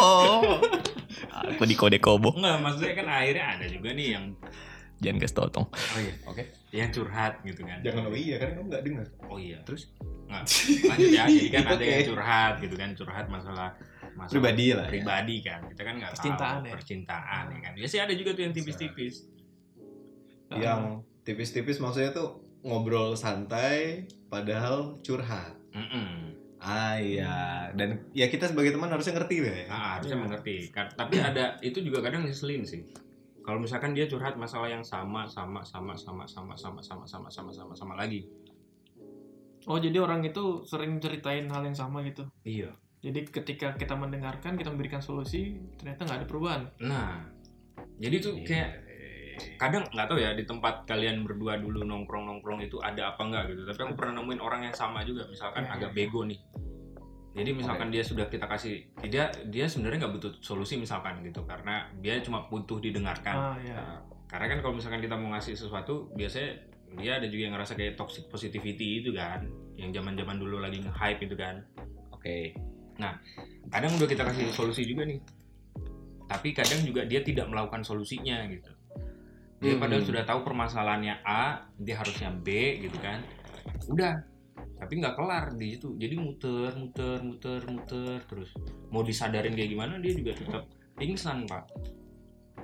Speaker 3: aku di kode kobo
Speaker 2: Enggak, maksudnya kan akhirnya ada juga nih yang
Speaker 3: jangan kasih totong
Speaker 2: oh iya,
Speaker 5: Oke.
Speaker 2: Yang curhat gitu kan.
Speaker 5: Jangan oh iya kan kamu nggak dengar.
Speaker 2: Oh iya. Terus enggak lanjut ya. Jadi kan ada
Speaker 5: Oke.
Speaker 2: yang curhat gitu kan, curhat masalah masalah
Speaker 3: Pribadi lah ya.
Speaker 2: Pribadi kan. Kita kan enggak
Speaker 4: Percintaan
Speaker 2: tahu
Speaker 4: ya.
Speaker 2: percintaan ya kan. Biasanya ada juga tuh yang tipis-tipis.
Speaker 5: Yang tipis-tipis maksudnya tuh ngobrol santai padahal curhat.
Speaker 2: Heeh.
Speaker 5: Ah iya, dan ya kita sebagai teman harusnya ngerti deh.
Speaker 3: Ya,
Speaker 2: Nah, harusnya
Speaker 4: Iya.
Speaker 2: mengerti. Ka- Tapi ada itu juga kadang ngeselin sih. Kalau misalkan dia curhat masalah yang sama sama sama sama sama sama sama sama sama sama sama lagi.
Speaker 4: oh jadi orang itu sering ceritain hal yang sama gitu
Speaker 2: Iya.
Speaker 4: jadi ketika kita mendengarkan kita memberikan solusi ternyata nggak ada perubahan
Speaker 2: Nah, jadi tuh
Speaker 4: Iya,
Speaker 2: kayak kadang nggak tahu ya di tempat kalian berdua dulu nongkrong nongkrong itu ada apa nggak gitu. Tapi aku pernah nemuin orang yang sama juga, misalkan
Speaker 4: Iya,
Speaker 2: agak bego nih. Jadi misalkan dia sudah kita kasih, dia dia sebenarnya nggak butuh solusi misalkan gitu, karena dia cuma butuh
Speaker 5: Kan.
Speaker 2: didengarkan.
Speaker 4: ah iya
Speaker 2: Nah, karena kan kalau misalkan kita mau ngasih sesuatu, biasanya dia ada juga yang ngerasa kayak toxic positivity itu kan, yang zaman zaman dulu lagi nge-hype itu kan Nah,
Speaker 3: oke
Speaker 2: kadang udah kita kasih solusi juga nih tapi kadang juga dia tidak melakukan solusinya gitu dia
Speaker 3: Hmm.
Speaker 2: padahal sudah tahu permasalahannya A dia harusnya B gitu kan udah tapi nggak kelar di situ jadi muter muter muter muter terus mau disadarin kayak gimana dia juga tetap pingsan pak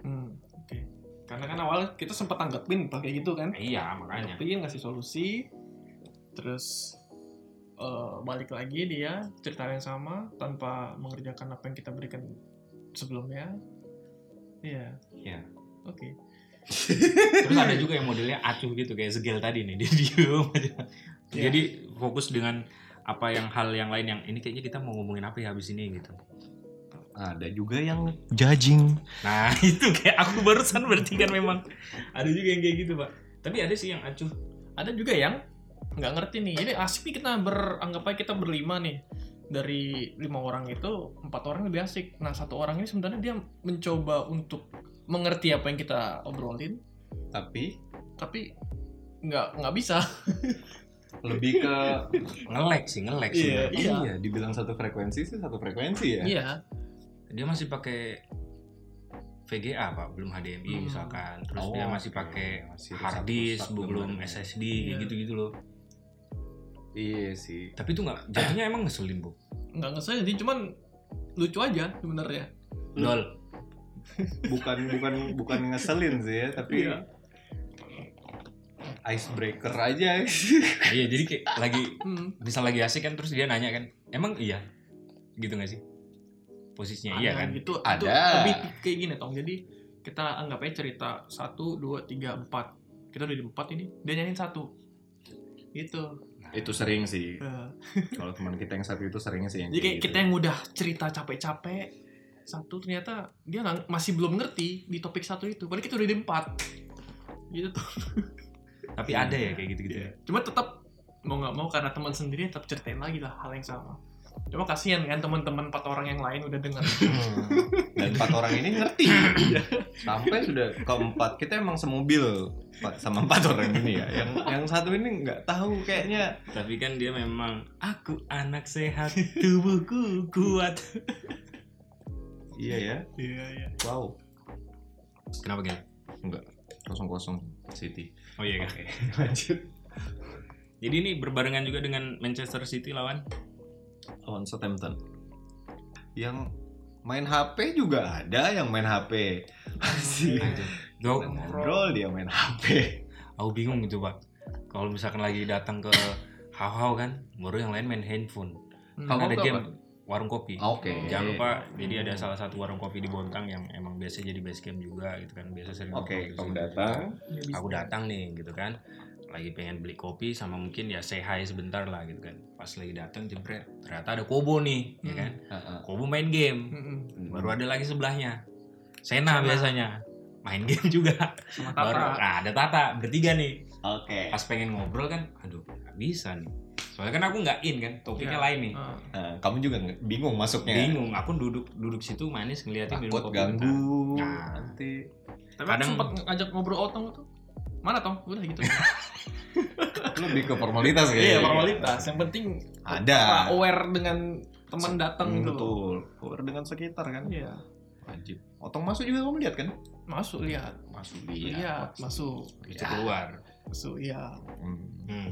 Speaker 4: Hmm, oke karena kan awalnya kita sempat tanggapin pakai gitu kan
Speaker 2: iya makanya
Speaker 4: tapi ngasih solusi terus eh, balik lagi dia cerita yang sama tanpa mengerjakan apa yang kita berikan sebelumnya iya
Speaker 2: Iya.
Speaker 4: oke
Speaker 2: terus ada juga yang modelnya acuh gitu kayak segel tadi nih dia [laughs] diem aja
Speaker 4: Iya.
Speaker 2: jadi fokus dengan apa yang hal yang lain yang ini kayaknya kita mau ngomongin apa ya habis ini gitu
Speaker 3: ada juga yang judging
Speaker 2: Nah [laughs] itu kayak aku barusan berarti kan memang ada juga yang kayak gitu pak. Tapi ada sih yang acuh.
Speaker 4: ada juga yang nggak ngerti nih jadi asik nih kita beranggap aja kita berlima nih dari lima orang itu empat orang lebih asik nah satu orang ini sebenarnya dia mencoba untuk mengerti apa yang kita obrolin
Speaker 3: tapi
Speaker 4: tapi nggak nggak bisa
Speaker 3: lebih
Speaker 5: [laughs]
Speaker 3: ke
Speaker 2: Ngelek sih ngelek
Speaker 4: Iya,
Speaker 2: sih.
Speaker 4: iya.
Speaker 3: dibilang satu frekuensi sih satu frekuensi ya
Speaker 4: iya
Speaker 2: Dia masih pakai VGA pak, belum HDMI
Speaker 4: Hmm.
Speaker 2: misalkan. Terus
Speaker 3: Oh,
Speaker 2: dia masih
Speaker 3: oke.
Speaker 2: pakai
Speaker 3: Masih
Speaker 2: hard disk,
Speaker 3: rusak-rusak
Speaker 2: belum
Speaker 3: gambarnya.
Speaker 2: SSD kayak
Speaker 4: Iya.
Speaker 2: gitu-gitu loh.
Speaker 3: iya sih
Speaker 2: Tapi itu nggak jatuhnya emang ngeselin bu.
Speaker 4: nggak ngeselin sih cuman lucu aja sebenarnya
Speaker 2: Dol.
Speaker 3: bukan bukan bukan ngeselin sih ya tapi
Speaker 4: Iya.
Speaker 3: icebreaker
Speaker 2: [laughs]
Speaker 3: aja
Speaker 2: iya jadi kayak lagi
Speaker 4: hmm.
Speaker 2: bisa lagi asik kan terus dia nanya kan, emang iya gitu nggak sih? Posisinya iya
Speaker 4: Ada
Speaker 2: kan?
Speaker 4: gitu
Speaker 3: Ada.
Speaker 4: Itu lebih kayak gini tong jadi kita anggap aja cerita satu dua tiga empat kita udah di empat ini dia nyanyiin satu gitu
Speaker 3: itu sering sih
Speaker 4: Eh,
Speaker 3: kalau teman kita yang satu itu seringnya sih yang
Speaker 4: jadi
Speaker 2: Iya,
Speaker 4: kayak
Speaker 3: kayak gitu.
Speaker 4: kita yang udah cerita capek-capek satu ternyata dia nggak- masih belum ngerti di topik satu itu padahal kita udah di empat gitu tuh
Speaker 2: Tapi
Speaker 3: Iya.
Speaker 2: ada ya kayak gitu-gitu.
Speaker 4: cuma tetap mau nggak mau karena teman sendiri tetap ceritain lagi lah hal yang sama Cuma kasihan kan teman-teman empat orang yang lain udah dengar.
Speaker 3: Dan empat orang ini ngerti. Sampai sudah keempat kita emang semobil empat- sama empat orang ini ya. Yang yang satu ini nggak tahu kayaknya.
Speaker 2: Tapi kan dia memang aku anak sehat, tubuhku kuat.
Speaker 3: Iya ya.
Speaker 4: [laughs] Iya iya.
Speaker 3: Wow.
Speaker 2: [laughs] Kenapa gitu? Gel?
Speaker 3: Kosong kosong City.
Speaker 2: Oh iya, Gel. Jadi ini berbarengan juga dengan Manchester City lawan.
Speaker 3: lawan Southampton. Yang main HP juga ada yang main HP. Masih
Speaker 4: Hmm.
Speaker 2: Dok,
Speaker 3: ngobrol dia main HP.
Speaker 2: aku bingung gitu, Pak. Kalau misalkan lagi datang ke Hau-Hau kan, baru yang lain main handphone.
Speaker 4: Hmm.
Speaker 2: Kan ada
Speaker 3: Hau-Hau
Speaker 2: game
Speaker 3: apa?
Speaker 2: warung Oh, iya, kopi.
Speaker 3: Oke.
Speaker 2: Jangan lupa, jadi ada salah satu warung kopi di Bontang yang emang biasa jadi base camp juga gitu kan. Biasa sering
Speaker 3: Oke,
Speaker 2: ngobrol di
Speaker 5: kamu
Speaker 2: situ.
Speaker 5: datang
Speaker 2: aku
Speaker 4: Iya.
Speaker 2: datang nih gitu kan lagi pengen beli kopi sama mungkin ya say hi sebentar lah gitu kan pas lagi datang jebret ternyata ada kobo nih ya
Speaker 4: Hmm.
Speaker 2: kan
Speaker 3: Heeh.
Speaker 2: kobo main game
Speaker 4: Mm-mm.
Speaker 2: baru ada lagi sebelahnya sena
Speaker 4: Sena.
Speaker 2: biasanya main game juga
Speaker 4: Sama
Speaker 2: baru
Speaker 4: Tata.
Speaker 2: nah, ada tata bertiga nih
Speaker 3: Oke.
Speaker 2: pas pengen ngobrol kan aduh nggak bisa nih soalnya kan aku nggak in kan topiknya
Speaker 4: Iya.
Speaker 2: lain nih
Speaker 4: Ah.
Speaker 3: Nah, kamu juga nge- bingung masuknya.
Speaker 2: bingung aku duduk duduk situ manis ngeliatin minum kopi
Speaker 3: Takut
Speaker 2: bentar.
Speaker 3: ganggu.
Speaker 2: Nah.
Speaker 3: Nanti
Speaker 4: Tapi
Speaker 2: Kadang-
Speaker 4: kadang sempat ngajak ngobrol Otong tuh. Mana Tong? Udah gitu.
Speaker 3: lebih ke formalitas kayaknya.
Speaker 4: Iya formalitas. Yang penting
Speaker 3: Ada.
Speaker 4: kita aware dengan teman datang
Speaker 3: Hmm,
Speaker 4: gitu.
Speaker 3: betul. Keluar dengan sekitar kan.
Speaker 4: Iya.
Speaker 3: Wajib. Otong masuk juga kamu lihat kan?
Speaker 4: Masuk lihat.
Speaker 3: Masuk
Speaker 4: Iya, masuk.
Speaker 2: Habis itu keluar
Speaker 4: Masuk iya.
Speaker 3: Hmm.
Speaker 2: Hmm.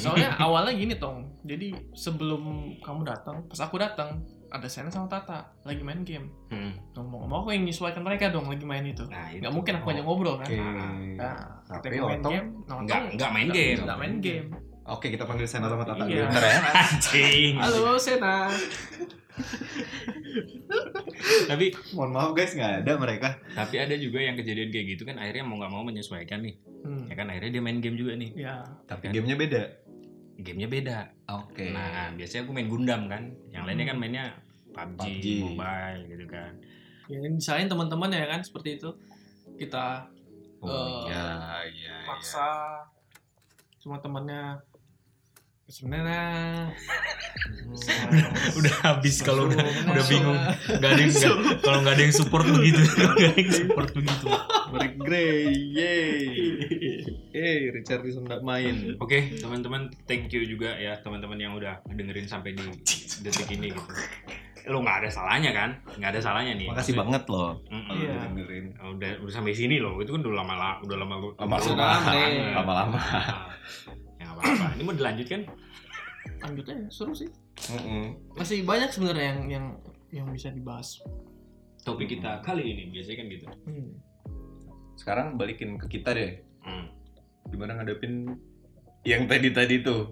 Speaker 4: Soalnya awalnya gini Tong. Jadi sebelum kamu datang, pas aku datang, ada Sena sama Tata lagi main game.
Speaker 2: Hmm.
Speaker 4: Ngomong-ngomong aku yang menyesuaikan mereka dong lagi main itu.
Speaker 2: nah itu.
Speaker 4: Nggak mungkin aku aja ngobrol
Speaker 3: [laughs]
Speaker 4: kan.
Speaker 3: Oke.
Speaker 4: Nah,
Speaker 3: Tapi
Speaker 4: kita main
Speaker 3: Otong
Speaker 4: game, nonton.
Speaker 2: nggak nggak main game
Speaker 4: Nggak main game.
Speaker 3: Oke, kita panggil Sena sama Tata dulu
Speaker 4: Iya.
Speaker 3: bentar ya.
Speaker 2: [laughs] anjing
Speaker 4: Halo Sena.
Speaker 2: tapi
Speaker 3: Mohon maaf guys, nggak ada mereka.
Speaker 2: tapi ada juga yang kejadian kayak gitu kan akhirnya mau nggak mau menyesuaikan nih
Speaker 4: Hmm.
Speaker 2: ya kan akhirnya dia main game juga nih
Speaker 4: Ya.
Speaker 2: Kan?
Speaker 3: Tapi gamenya beda.
Speaker 2: gamenya beda
Speaker 3: Oke. Hmm.
Speaker 2: nah biasanya aku main Gundam kan yang lainnya kan mainnya PUBG,
Speaker 3: PUBG.
Speaker 2: mobile gitu kan
Speaker 4: Ya, misalnya teman-teman ya kan seperti itu kita
Speaker 3: oh,
Speaker 4: eh,
Speaker 3: iya, iya, iya.
Speaker 4: paksa cuma temannya sebenarnya
Speaker 2: [laughs] udah habis kalau udah
Speaker 4: Sebenarnya-
Speaker 2: udah bingung nggak ada yang nggak- kalau nggak ada yang support begitu [laughs] kalau nggak ada yang support begitu
Speaker 3: Rick Gray, yay. Hey, Richardson nggak main.
Speaker 2: oke teman-teman thank you juga ya teman-teman yang udah dengerin sampai di detik ini gitu lo nggak ada salahnya kan nggak ada salahnya nih
Speaker 3: Makasih banget loh.
Speaker 2: Mm-mm.
Speaker 4: Iya.
Speaker 3: udah dengerin.
Speaker 2: udah udah sampai sini loh itu kan udah lama la- udah lama
Speaker 3: Lama-lama.
Speaker 2: banget.
Speaker 3: Lama-lama.
Speaker 2: ya nggak apa-apa ini mau dilanjutkan
Speaker 4: lanjutnya ya, seru sih
Speaker 3: Mm-mm.
Speaker 4: masih banyak sebenarnya yang yang yang bisa dibahas
Speaker 2: topik kita kali ini biasanya kan gitu
Speaker 4: Hmm.
Speaker 3: Sekarang balikin ke kita deh.
Speaker 2: hmm.
Speaker 3: Gimana ngadepin yang tadi-tadi tuh?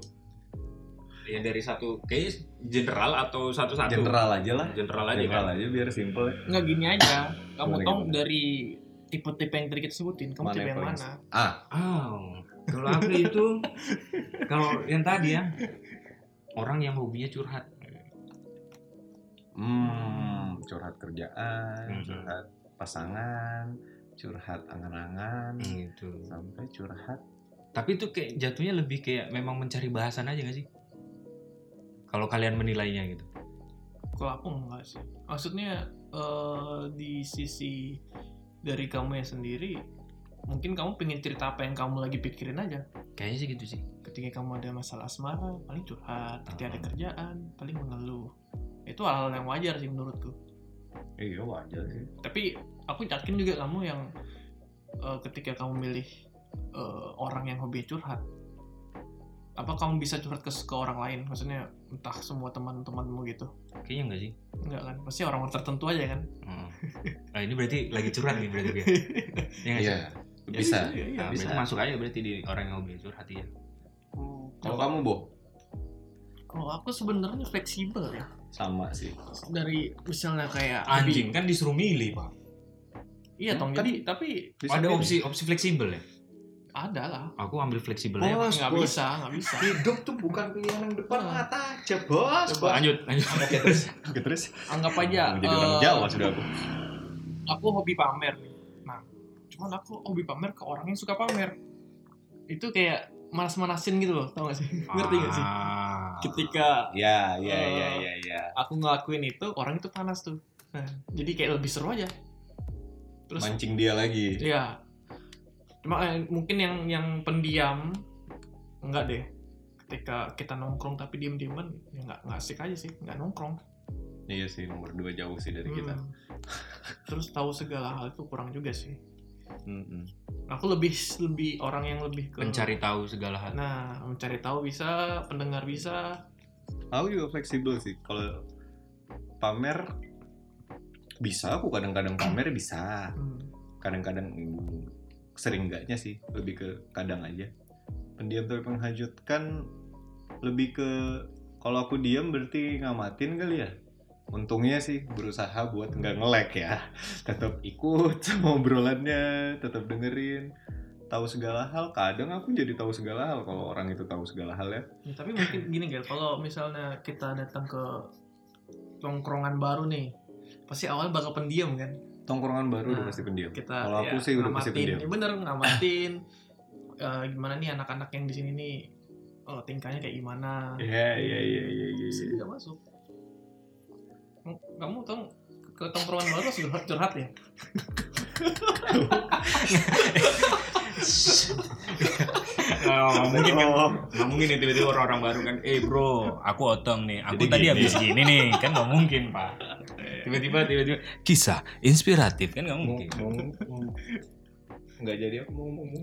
Speaker 2: ya dari satu kayaknya general atau satu-satu
Speaker 3: General aja lah.
Speaker 2: general aja
Speaker 3: General
Speaker 2: kan
Speaker 3: aja biar simple. ya.
Speaker 4: nggak gini aja kamu
Speaker 3: Gimana,
Speaker 4: tong
Speaker 3: gimana?
Speaker 4: dari tipe-tipe yang tadi kita sebutin kamu
Speaker 3: Mana
Speaker 4: tipe
Speaker 3: yang
Speaker 4: yang
Speaker 3: paling-
Speaker 4: mana
Speaker 2: oh kalau aku itu kalau yang tadi ya orang yang hobinya curhat
Speaker 3: Hmm, curhat kerjaan,
Speaker 2: Mhm.
Speaker 3: curhat pasangan, curhat angan-angan,
Speaker 2: gitu
Speaker 3: sampai curhat
Speaker 2: tapi itu kayak jatuhnya lebih kayak memang mencari bahasan aja gak sih kalau kalian menilainya gitu
Speaker 4: kalau aku enggak sih maksudnya eh, di sisi dari kamu yang sendiri mungkin kamu pengen cerita apa yang kamu lagi pikirin aja
Speaker 2: kayaknya sih gitu sih
Speaker 4: ketika kamu ada masalah asmara paling curhat ketika ada
Speaker 3: Ah.
Speaker 2: Hmm.
Speaker 4: kerjaan paling mengeluh itu hal-hal yang wajar sih menurutku
Speaker 3: Iya wajar sih.
Speaker 4: tapi aku yakin juga kamu yang eh, ketika kamu milih eh, orang yang hobi curhat apa kamu bisa curhat ke, ke orang lain maksudnya entah semua teman-temanmu gitu
Speaker 2: kayaknya enggak sih
Speaker 4: enggak kan pasti orang-orang tertentu aja kan
Speaker 2: Heeh. Nah, ini berarti lagi curhat nih berarti gue. Iya nggak sih?
Speaker 3: Iya. Bisa.
Speaker 4: iya, iya,
Speaker 2: Nah,
Speaker 4: bisa.
Speaker 2: berarti masuk aja berarti di orang yang hobi curhat ya.
Speaker 4: Hmm,
Speaker 3: Kalau
Speaker 4: kalau
Speaker 3: kamu, Bo?
Speaker 4: kalau aku sebenarnya fleksibel ya
Speaker 3: Sama sih.
Speaker 4: dari misalnya kayak
Speaker 2: Anjing kan disuruh milih, Pak.
Speaker 4: iya tong
Speaker 3: Kan-
Speaker 4: jadi tapi
Speaker 2: Ada opsi opsi fleksibel ya?
Speaker 4: ada lah
Speaker 2: Aku ambil fleksibel aja.
Speaker 3: Bos,
Speaker 4: nggak
Speaker 3: bos.
Speaker 4: bisa nggak bisa
Speaker 3: Hidup tuh bukan pilihan yang depan
Speaker 4: Ah.
Speaker 3: mata aja, Bos.
Speaker 2: Pak. Lanjut, lanjut.
Speaker 3: Oke,
Speaker 2: [laughs]
Speaker 3: terus. Nah. Oke, terus.
Speaker 4: anggap aja
Speaker 3: Jadi orang
Speaker 4: eh,
Speaker 3: Jawa sudah aku.
Speaker 4: aku hobi pamer nih. nah cuman aku hobi pamer ke orang yang suka pamer itu kayak manas-manasin gitu loh tau gak sih [laughs] ngerti gak sih
Speaker 2: Ah,
Speaker 4: ketika
Speaker 3: Ya, ya, ya, ya, ya.
Speaker 4: aku ngelakuin itu orang itu panas tuh Nah, jadi kayak lebih seru aja terus
Speaker 3: Mancing dia lagi.
Speaker 4: ya cuma eh, mungkin yang yang pendiam enggak deh ketika kita nongkrong tapi diem-dieman ya nggak nggak asik aja sih nggak nongkrong
Speaker 3: Iya sih nomor dua jauh sih dari kita.
Speaker 4: Hmm. terus tahu segala hal itu kurang juga sih Nah,
Speaker 3: Mm-mm.
Speaker 4: aku lebih lebih orang yang lebih ke
Speaker 2: mencari tahu segala hal
Speaker 4: nah mencari tahu bisa pendengar bisa
Speaker 3: Aku juga fleksibel sih. Kalau pamer bisa, aku kadang-kadang pamer bisa.
Speaker 4: Hmm.
Speaker 3: Kadang-kadang mm, sering enggaknya sih, lebih ke kadang aja. Pendiam tapi menghajutkan lebih ke kalau aku diam berarti ngamatin kali ya. Untungnya sih berusaha buat nggak ngelek ya. [laughs] Tetap ikut [laughs] sama obrolannya, tetap dengerin tahu segala hal. Kadang aku jadi tahu segala hal kalau orang itu tahu segala hal ya.
Speaker 4: Ya, tapi mungkin gini Gel, kalau misalnya kita datang ke tongkrongan baru nih, pasti awal bakal pendiam kan?
Speaker 3: Tongkrongan baru udah
Speaker 4: Nah,
Speaker 3: pasti pendiam.
Speaker 4: Kita ya
Speaker 3: Kalau aku sih udah pasti
Speaker 4: ngamatin.
Speaker 3: pendiam.
Speaker 4: Ya, bener ngamatin. [laughs] Eh, gimana nih anak-anak yang di sini nih eh, tingkahnya kayak gimana?
Speaker 3: Iya, iya, iya, iya, iya.
Speaker 4: Pasti
Speaker 3: iya.
Speaker 4: juga masuk. Kamu- Kamu tau ke tongkrongan baru harus curhat, curhat ya?
Speaker 2: nggak mungkin kan nggak mungkin nih tiba-tiba orang-orang baru kan eh bro aku otong nih aku
Speaker 3: Jadi
Speaker 2: tadi
Speaker 3: gini.
Speaker 2: habis gini Eh. nih kan nggak mungkin pak tiba-tiba tiba-tiba kisah inspiratif kan nggak mungkin
Speaker 5: nggak jadi aku mau ngomong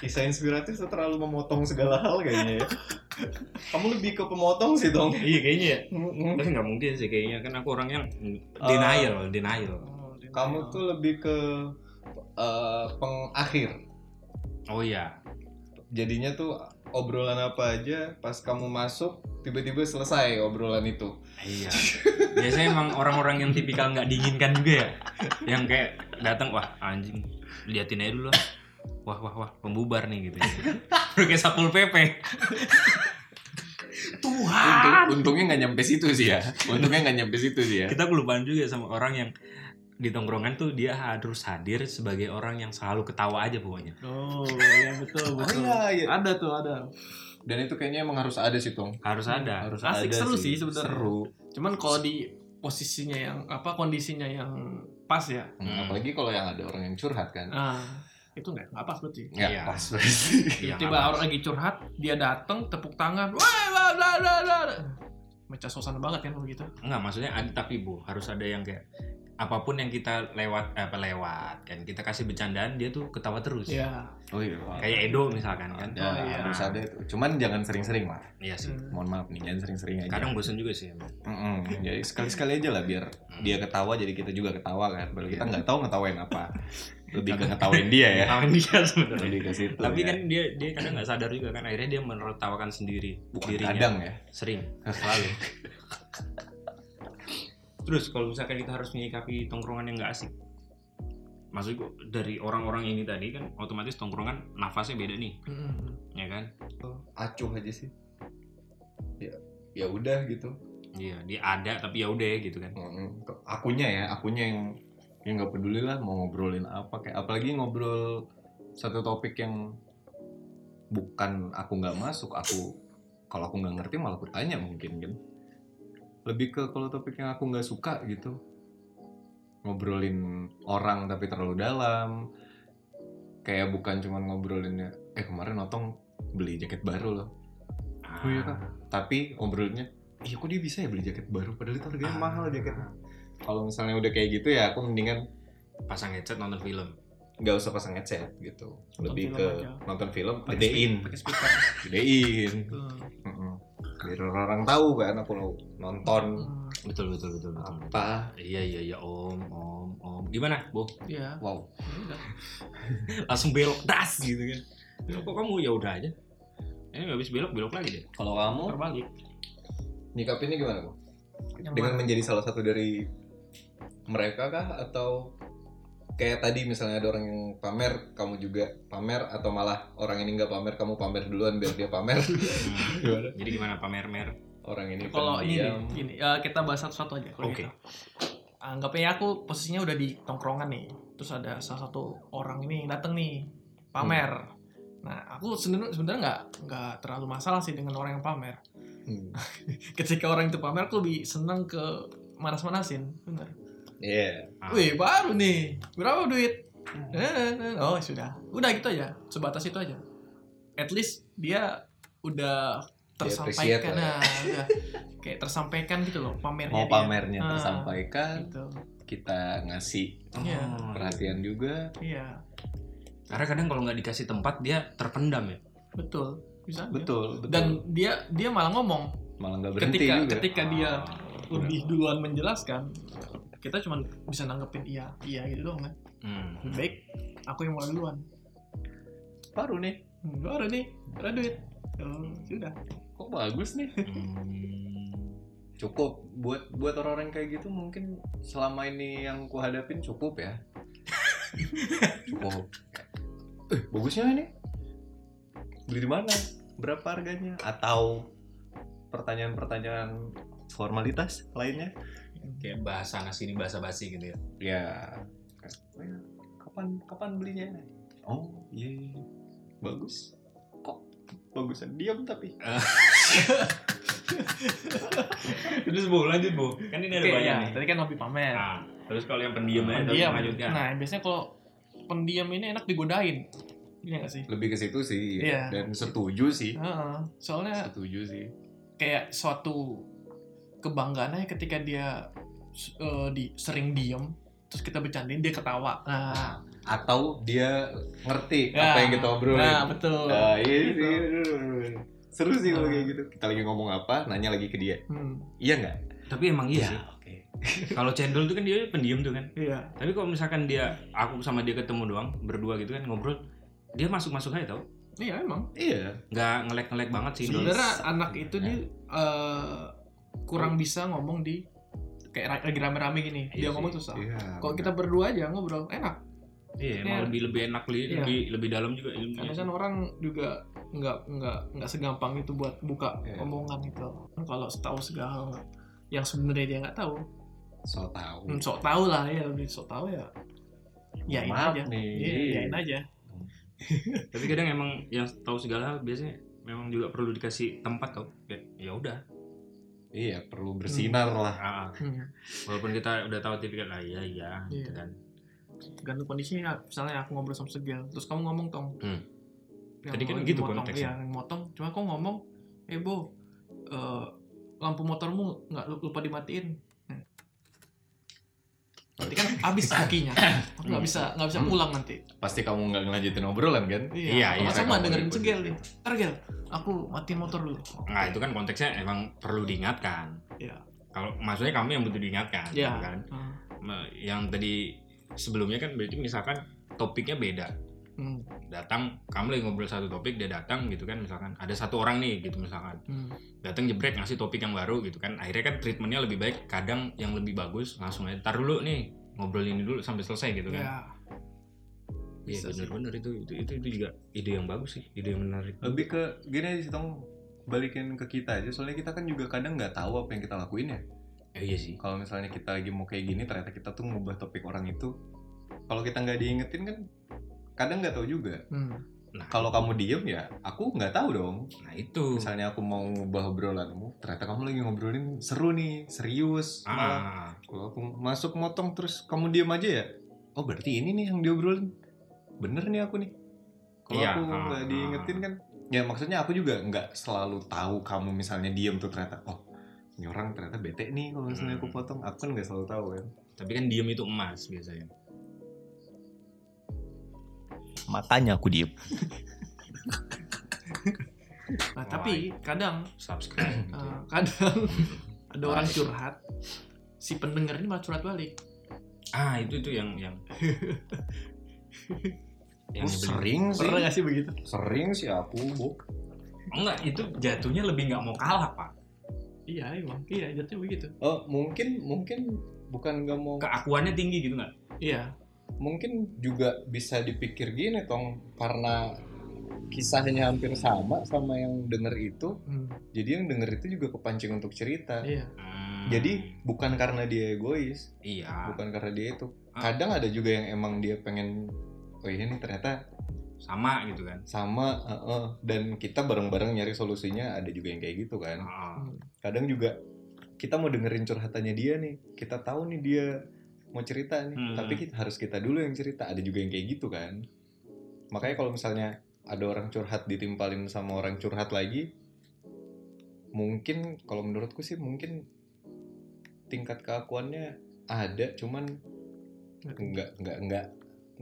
Speaker 5: kisah inspiratif tuh terlalu memotong segala hal kayaknya ya. kamu lebih ke pemotong sih dong
Speaker 2: iya kayaknya ya tapi nggak mungkin sih kayaknya kan aku orang yang denial denial
Speaker 4: Oh,
Speaker 5: kamu
Speaker 3: Iya.
Speaker 5: tuh lebih ke eh, pengakhir
Speaker 2: oh iya
Speaker 5: jadinya tuh obrolan apa aja pas kamu masuk tiba-tiba selesai obrolan itu
Speaker 2: Iya. Biasanya emang orang-orang yang tipikal nggak diinginkan juga ya. Yang kayak datang wah anjing liatin aja dulu lah. Wah wah wah pembubar nih gitu. Udah kayak sapul [laughs] PP.
Speaker 5: Ah!
Speaker 4: Tuhan.
Speaker 3: untungnya nggak nyampe situ sih ya. Untungnya nggak nyampe situ sih ya.
Speaker 2: Kita kelupaan juga sama orang yang di tongkrongan tuh dia harus hadir sebagai orang yang selalu ketawa aja pokoknya.
Speaker 4: Oh, iya betul,
Speaker 5: oh
Speaker 4: betul.
Speaker 5: iya iya
Speaker 4: Ada tuh, ada.
Speaker 3: Dan itu kayaknya emang harus ada sih, Tong.
Speaker 2: Harus ada.
Speaker 3: Hmm, Harus
Speaker 4: Asik,
Speaker 3: ada
Speaker 4: seru sih sebenarnya.
Speaker 3: Nah, Seru.
Speaker 4: Cuman kalau di posisinya yang apa kondisinya yang pas ya.
Speaker 3: Hmm, Apalagi kalau yang ada orang yang curhat kan.
Speaker 4: Nah, itu nggak nggak pas berarti.
Speaker 3: Nggak
Speaker 2: Iya.
Speaker 3: pas pasti.
Speaker 2: Iya,
Speaker 4: Tiba-tiba
Speaker 2: nggak
Speaker 4: orang lagi curhat, dia datang tepuk tangan, wah, bla bla bla bla. Macam suasana banget kan begitu.
Speaker 2: Enggak, maksudnya ada tapi Bu, harus ada yang kayak apapun yang kita lewat apa lewat kan kita kasih bercandaan dia tuh ketawa terus.
Speaker 4: Iya.
Speaker 3: Oh iya.
Speaker 2: Kayak Edo misalkan kan.
Speaker 3: Ada,
Speaker 4: Oh, iya.
Speaker 3: harus ada Hmm. itu. Cuman jangan sering-sering lah.
Speaker 2: Iya sih.
Speaker 3: Mohon maaf nih, jangan sering-sering aja.
Speaker 2: Kadang bosen juga sih emang.
Speaker 3: Mm-mm. Jadi sekali-sekali aja lah biar dia ketawa jadi kita juga ketawa kan. Padahal kita nggak tahu ngetawain apa. Lebih ke ngetawain dia ya.
Speaker 2: Ketawain dia sebenarnya.
Speaker 3: Lebih ke situ.
Speaker 2: Iya. Tapi
Speaker 3: ya.
Speaker 2: kan dia dia kadang nggak sadar juga kan akhirnya dia menertawakan sendiri
Speaker 3: bukan
Speaker 2: dirinya
Speaker 3: kadang ya.
Speaker 2: sering Nah, selalu. [laughs] Terus kalau misalkan kita harus menyikapi tongkrongan yang nggak asik, maksudku dari orang-orang ini tadi kan otomatis tongkrongan nafasnya beda nih,
Speaker 4: Mm-mm.
Speaker 2: ya kan?
Speaker 5: acuh aja sih ya ya udah gitu
Speaker 2: Iya dia ada tapi ya udah gitu kan.
Speaker 3: Mm, ke- akunya ya akunya yang yang nggak peduli lah mau ngobrolin apa kayak apalagi ngobrol satu topik yang bukan aku nggak masuk aku kalau aku nggak ngerti malah aku tanya mungkin kan lebih ke kalau topik yang aku nggak suka gitu ngobrolin orang tapi terlalu dalam kayak bukan cuman ngobrolinnya eh kemarin notong beli jaket baru loh
Speaker 2: Ah,
Speaker 3: Oh iya, Kak. tapi obrolannya iya kok dia bisa ya beli jaket baru padahal itu harganya mahal jaketnya kalau misalnya udah kayak gitu ya aku mendingan
Speaker 2: Pasang headset nonton film.
Speaker 3: nggak usah pasang headset gitu lebih
Speaker 4: film
Speaker 3: ke
Speaker 4: aja.
Speaker 3: nonton film
Speaker 2: Pakai
Speaker 3: gedein
Speaker 4: Pakai speaker.
Speaker 3: [laughs] gedein
Speaker 4: Tuh.
Speaker 3: Mm-mm. biar orang tahu kan aku lo nonton
Speaker 4: Mm,
Speaker 2: Betul betul betul betul.
Speaker 3: apa
Speaker 2: Iya iya iya om om om. Gimana, Bu?
Speaker 4: Iya.
Speaker 3: wow
Speaker 4: ya udah.
Speaker 2: Langsung belok das gitu kan. Belok kok kamu ya udah aja. Ini habis belok belok lagi deh.
Speaker 3: kalau kamu
Speaker 4: Terbalik.
Speaker 5: nyikapinnya gimana Bu?
Speaker 4: Yang
Speaker 5: dengan
Speaker 4: mana?
Speaker 5: menjadi salah satu dari mereka kah atau kayak tadi misalnya ada orang yang pamer kamu juga pamer atau malah orang ini nggak pamer kamu pamer duluan biar dia pamer
Speaker 2: Hmm.
Speaker 5: Gimana?
Speaker 2: Jadi gimana pamer-mer?
Speaker 5: orang ini
Speaker 4: Kalau ini
Speaker 5: pendiam.
Speaker 4: gini, eh, kita bahas satu-satu aja. kalau
Speaker 2: Oke.
Speaker 4: gitu. Anggapnya aku posisinya udah di tongkrongan nih. Terus ada salah satu orang ini datang nih pamer. Nah, aku sebenarnya sebenarnya nggak nggak terlalu masalah sih dengan orang yang pamer.
Speaker 5: Hmm.
Speaker 4: ketika orang itu pamer aku lebih senang ke manas-manasin benar
Speaker 5: Iya.
Speaker 2: Ah.
Speaker 4: wih baru nih berapa duit
Speaker 3: Hmm.
Speaker 4: Eh, eh, oh sudah udah gitu aja sebatas itu aja at least dia udah
Speaker 5: appreciate
Speaker 4: tersampaikan
Speaker 5: lah
Speaker 4: nah, udah. kayak tersampaikan gitu loh pamernya
Speaker 3: ya. mau
Speaker 4: dia.
Speaker 3: pamernya
Speaker 4: Ah.
Speaker 3: tersampaikan
Speaker 4: gitu
Speaker 3: kita ngasih
Speaker 4: Iya.
Speaker 2: Oh.
Speaker 3: perhatian juga
Speaker 4: iya
Speaker 2: Karena kadang kalau nggak dikasih tempat dia terpendam ya.
Speaker 4: betul bisa aja.
Speaker 3: betul, betul.
Speaker 4: dan dia dia malah ngomong
Speaker 3: malah nggak berhenti
Speaker 4: ketika
Speaker 3: juga
Speaker 4: ketika dia
Speaker 3: Ah,
Speaker 4: lebih duluan menjelaskan kita cuma bisa nanggepin iya iya gitu doang kan
Speaker 2: Hmm.
Speaker 4: Lebih baik aku yang mulai duluan baru nih hmm, baru nih ada duit oh, sudah
Speaker 3: kok bagus nih
Speaker 2: Hmm,
Speaker 3: cukup buat buat orang-orang kayak gitu mungkin selama ini yang kuhadapin cukup
Speaker 4: [laughs]
Speaker 3: ya cukup eh bagusnya ini beli di mana berapa harganya atau pertanyaan-pertanyaan formalitas lainnya
Speaker 2: Kayak bahasa nasi ini bahasa basi gitu ya.
Speaker 3: ya
Speaker 4: "Oh
Speaker 3: kapan kapan belinya oh iya iya, iya. bagus kok bagusan diam tapi
Speaker 2: [laughs] Terus bu lanjut bu. Kan ini ada
Speaker 4: Oke,
Speaker 2: banyak
Speaker 4: ya,
Speaker 2: nih.
Speaker 4: tadi kan hobi pamer
Speaker 2: Nah, terus kalau yang Ah, pendiam aja terus
Speaker 4: pendiam
Speaker 2: lanjutkan.
Speaker 4: nah biasanya kalau pendiam ini enak digodain iya gak sih
Speaker 3: lebih ke situ sih
Speaker 4: Iya. Nah.
Speaker 3: dan setuju sih
Speaker 4: Heeh. soalnya
Speaker 3: setuju sih
Speaker 4: kayak suatu kebanggaan aja ketika dia s- eh, di sering diem terus kita bercandain dia ketawa nah,
Speaker 3: atau dia ngerti
Speaker 4: Ya.
Speaker 3: apa yang kita obrolin.
Speaker 4: nah betul
Speaker 3: Nah, iya
Speaker 4: Gitu.
Speaker 3: sih. Seru sih kalau
Speaker 4: Nah.
Speaker 3: kayak gitu. Kita lagi ngomong apa, nanya lagi ke dia.
Speaker 4: Hmm,
Speaker 3: Iya nggak?
Speaker 2: Tapi emang iya sih.
Speaker 3: oke.
Speaker 2: Kalau cendol tuh kan dia pendiam tuh kan.
Speaker 4: iya
Speaker 2: Tapi kalau misalkan dia aku sama dia ketemu doang berdua gitu kan ngobrol, dia masuk-masuk aja tau.
Speaker 4: iya emang
Speaker 3: Iya.
Speaker 2: Nggak ngelek-ngelek banget sih. Dol.
Speaker 4: sebenarnya anak itu dia eh, kurang bisa ngomong di kayak ra- lagi rame-rame gini
Speaker 2: Iya
Speaker 4: dia
Speaker 2: sih,
Speaker 4: ngomong susah
Speaker 3: Iya.
Speaker 4: kalau kita berdua aja ngobrol enak
Speaker 2: Iya, emang
Speaker 4: Iya.
Speaker 2: lebih lebih enak lebih
Speaker 4: Iya.
Speaker 2: lebih, lebih dalam juga
Speaker 3: Iya.
Speaker 2: ilmunya.
Speaker 4: karena
Speaker 2: sih.
Speaker 4: kan orang juga nggak nggak nggak segampang itu buat buka
Speaker 3: Iya.
Speaker 4: omongan itu kalau tahu segala yang sebenarnya dia nggak tahu
Speaker 3: so tahu.
Speaker 4: Hmm, sok tahu lah ya lebih sok tahu ya yain
Speaker 3: Ya Maaf
Speaker 4: aja
Speaker 3: nih.
Speaker 4: Iya, yain aja
Speaker 2: Tapi kadang emang yang tahu segala hal biasanya memang juga perlu dikasih tempat tau. Kayak, Ya udah.
Speaker 3: Iya, perlu bersinar lah.
Speaker 2: Ah,
Speaker 4: hmm.
Speaker 2: walaupun kita udah tahu tipikalnya ah, iya iya gitu
Speaker 4: Iya.
Speaker 2: kan.
Speaker 4: tergantung kondisinya misalnya aku ngobrol sama segel terus kamu ngomong tong
Speaker 2: Hmm.
Speaker 4: Yang
Speaker 2: Tadi kan
Speaker 4: lagi
Speaker 2: gitu
Speaker 4: motong,
Speaker 2: konteksnya.
Speaker 4: iya, yang motong cuma aku ngomong eh bo eh, lampu motormu nggak lu- lupa dimatiin Hmm. nanti kan habis
Speaker 3: [coughs]
Speaker 4: kakinya aku nggak bisa nggak bisa
Speaker 3: Hmm.
Speaker 4: pulang nanti
Speaker 3: Pasti kamu nggak ngelanjutin obrolan kan?
Speaker 2: Iya, iya,
Speaker 4: masa
Speaker 2: saya
Speaker 4: mah
Speaker 3: kamu
Speaker 4: dengerin
Speaker 3: ikut.
Speaker 4: segel nih ntar gel aku matiin motor dulu
Speaker 2: Nah, itu kan konteksnya emang perlu diingatkan.
Speaker 4: Iya.
Speaker 2: Kalau maksudnya kamu yang butuh diingatkan,
Speaker 4: Iya.
Speaker 2: gitu kan.
Speaker 4: Hmm.
Speaker 2: Me- Yang tadi sebelumnya kan berarti misalkan topiknya beda.
Speaker 4: Hmm.
Speaker 2: Datang kamu lagi ngobrol satu topik, dia datang gitu kan misalkan ada satu orang nih gitu misalkan.
Speaker 4: Hmm.
Speaker 2: Datang jebret ngasih topik yang baru gitu kan. Akhirnya kan treatmentnya lebih baik, kadang yang lebih bagus langsung aja tar dulu nih ngobrol ini dulu sampai selesai gitu kan.
Speaker 4: ya
Speaker 2: Iya,
Speaker 4: bisa sih.
Speaker 2: benar-benar itu, itu itu itu juga ide yang bagus sih, ide yang menarik.
Speaker 3: Lebih ke gini aja sih Tong balikin ke kita aja soalnya kita kan juga kadang nggak tahu apa yang kita lakuin ya
Speaker 2: Eh, iya sih.
Speaker 3: kalau misalnya kita lagi mau kayak gini ternyata kita tuh ngubah topik orang itu kalau kita nggak diingetin kan kadang nggak tahu juga
Speaker 4: Hmm.
Speaker 2: Nah,
Speaker 3: kalau kamu diem ya aku nggak tahu dong
Speaker 2: nah itu.
Speaker 3: misalnya aku mau ngubah obrolanmu ternyata kamu lagi ngobrolin seru nih serius malah
Speaker 2: Ah,
Speaker 3: kalau aku masuk motong terus kamu diem aja ya oh berarti ini nih yang diobrolin bener nih aku nih kalau
Speaker 2: Iya,
Speaker 3: aku
Speaker 2: ah,
Speaker 3: nggak
Speaker 2: ah.
Speaker 3: diingetin kan ya maksudnya aku juga nggak selalu tahu kamu misalnya diem tuh ternyata oh ini orang ternyata bete nih kalau misalnya aku
Speaker 2: Hmm.
Speaker 3: potong aku kan nggak selalu tahu kan
Speaker 2: tapi kan diem itu emas biasanya.
Speaker 3: matanya aku diem
Speaker 4: Nah, tapi kadang
Speaker 3: [clears throat]
Speaker 2: subscribe gitu.
Speaker 4: eh, kadang [laughs] ada orang
Speaker 2: Baik.
Speaker 4: curhat si pendengar ini malah curhat balik.
Speaker 2: ah itu itu yang yang yang
Speaker 3: Oh,
Speaker 2: nyebelin.
Speaker 3: sering sih
Speaker 4: Pernah gak sih begitu?
Speaker 3: sering sih aku bu
Speaker 2: enggak itu jatuhnya lebih nggak mau kalah pak
Speaker 4: Iya, emang. Iya, jatuhnya begitu.
Speaker 3: Oh, mungkin mungkin bukan nggak mau
Speaker 2: keakuannya tinggi gitu nggak
Speaker 4: Iya.
Speaker 3: mungkin juga bisa dipikir gini tong karena kisahnya hampir sama sama yang denger itu
Speaker 4: Hmm,
Speaker 3: jadi yang denger itu juga kepancing untuk cerita
Speaker 4: Iya.
Speaker 2: Hmm,
Speaker 3: jadi bukan karena dia egois
Speaker 2: iya
Speaker 3: bukan karena dia itu
Speaker 2: Ah.
Speaker 3: kadang ada juga yang emang dia pengen oh ini nih ternyata
Speaker 2: sama gitu kan
Speaker 3: sama eh, eh, dan kita bareng-bareng nyari solusinya ada juga yang kayak gitu kan
Speaker 2: Heeh.
Speaker 3: kadang juga kita mau dengerin curhatannya dia nih kita tahu nih dia mau cerita nih
Speaker 2: Hmm.
Speaker 3: tapi kita, harus kita dulu yang cerita ada juga yang kayak gitu kan makanya kalau misalnya ada orang curhat ditimpalin sama orang curhat lagi mungkin kalau menurutku sih mungkin tingkat keakuannya ada cuman nggak nggak nggak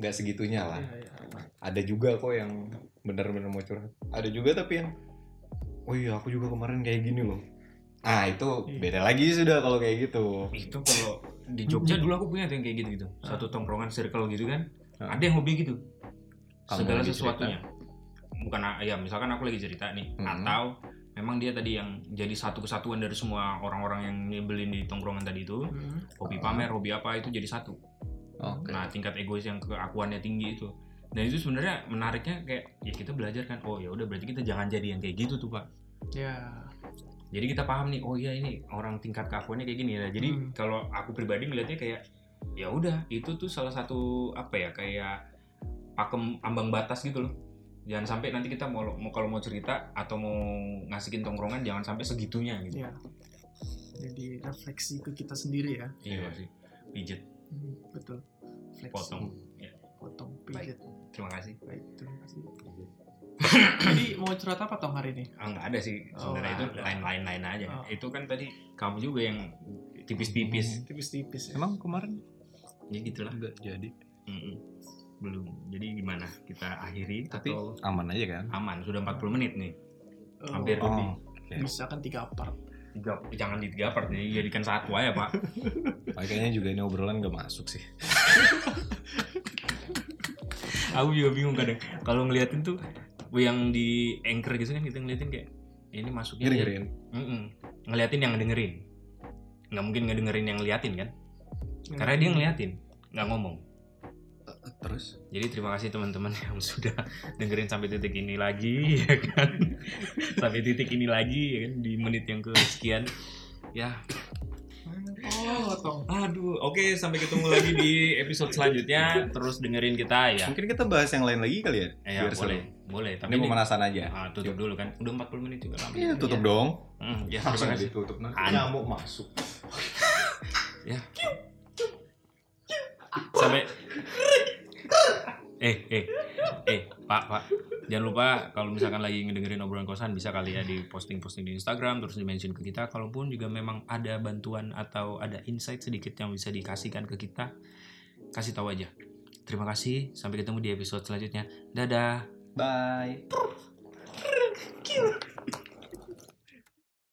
Speaker 3: nggak segitunya lah
Speaker 4: Iya, iya.
Speaker 3: ada juga kok yang benar-benar mau curhat ada juga tapi yang oh iya aku juga kemarin kayak gini loh ah itu
Speaker 4: Iya.
Speaker 3: beda lagi sudah kalau kayak gitu
Speaker 2: itu kalau di Jogja
Speaker 3: [clears throat]
Speaker 2: dulu aku punya tuh yang kayak gitu gitu satu tongkrongan circle gitu kan
Speaker 3: Ah.
Speaker 2: ada yang hobi gitu
Speaker 3: Kamu
Speaker 2: segala
Speaker 3: lagi
Speaker 2: sesuatunya bukan ya misalkan aku lagi cerita nih
Speaker 3: Mhm.
Speaker 2: atau memang dia tadi yang jadi satu kesatuan dari semua orang-orang yang nyebelin di tongkrongan tadi itu
Speaker 4: Hmm.
Speaker 2: hobi
Speaker 3: Ah.
Speaker 2: pamer hobi apa itu jadi satu
Speaker 3: oke
Speaker 2: Nah, tingkat egois yang keakuannya tinggi itu. Dan itu sebenarnya menariknya kayak ya kita belajar kan. Oh, ya udah berarti kita jangan jadi yang kayak gitu tuh, Pak.
Speaker 4: Ya.
Speaker 2: Jadi kita paham nih, oh iya ini orang tingkat keakuannya kayak gini ya. Jadi
Speaker 4: Hmm.
Speaker 2: kalau aku pribadi melihatnya kayak ya udah, itu tuh salah satu apa ya kayak pakem ambang batas gitu loh. Jangan sampai nanti kita mau, mau kalau mau cerita atau mau ngasihin tongkrongan jangan sampai segitunya gitu.
Speaker 4: Iya. Jadi refleksi ke kita sendiri ya.
Speaker 2: Iya
Speaker 3: Iya.
Speaker 2: sih. Pijet
Speaker 4: Hmm, betul. Refleksi.
Speaker 2: potong.
Speaker 4: Potong.
Speaker 2: Baik.
Speaker 4: Pijat.
Speaker 2: Terima kasih.
Speaker 4: Baik. Terima kasih. Jadi mau curhat apa tong hari ini?
Speaker 2: Ah, nggak ada sih
Speaker 4: Oh,
Speaker 2: sebenarnya itu
Speaker 4: nggak ada.
Speaker 2: lain-lain lain aja
Speaker 4: Oh.
Speaker 2: itu kan tadi kamu juga yang tipis-tipis
Speaker 4: Tipis-tipis.
Speaker 3: emang kemarin
Speaker 2: ya gitulah
Speaker 3: nggak jadi
Speaker 2: Mm-mm. belum jadi gimana kita akhiri
Speaker 3: Tapi-
Speaker 2: atau
Speaker 3: aman aja kan
Speaker 2: aman sudah 40 menit nih
Speaker 4: Oh,
Speaker 2: hampir lebih
Speaker 4: Bisa kan tiga part.
Speaker 2: tiga jangan di tiga part jadi jadikan satu aja
Speaker 4: [laughs]
Speaker 2: pak
Speaker 3: makanya juga ini obrolan nggak masuk sih
Speaker 2: aku juga bingung kadang kalau ngeliatin tuh yang di anchor gitu kan kita ngeliatin kayak ini masuknya
Speaker 3: ngeri
Speaker 2: dia-
Speaker 3: ngeriin
Speaker 2: Mm-mm. ngeliatin yang dengerin nggak mungkin ngedengerin yang ngeliatin kan karena dia ngeliatin nggak ngomong
Speaker 3: terus
Speaker 2: Jadi terima kasih teman-teman [laughs] yang sudah dengerin sampai titik ini lagi, [laughs] ya kan? sampai titik ini lagi, ya kan? Di menit yang kesekian. Ya,
Speaker 4: Oh, tong.
Speaker 2: aduh. Oke, sampai ketemu lagi di episode selanjutnya. Terus dengerin kita ya.
Speaker 3: mungkin kita bahas yang lain lagi kali ya
Speaker 2: Eh, ya,
Speaker 3: biar seru.
Speaker 2: boleh, boleh.
Speaker 3: ini
Speaker 2: Tapi ini-
Speaker 3: pemanasan aja
Speaker 2: Ah, tutup dulu kan. Udah 40 menit juga lama.
Speaker 3: Iya, tutup dong
Speaker 2: Hmm, ya,
Speaker 3: langsung
Speaker 2: terima kasih.
Speaker 3: ditutup nanti
Speaker 2: An-
Speaker 3: nyamuk masuk
Speaker 2: sampai eh eh eh pak pak jangan lupa kalau misalkan lagi ngedengerin obrolan kosan bisa kali ya di posting posting di Instagram terus di mention ke kita kalaupun juga memang ada bantuan atau ada insight sedikit yang bisa dikasihkan ke kita kasih tahu aja terima kasih sampai ketemu di episode selanjutnya dadah
Speaker 3: bye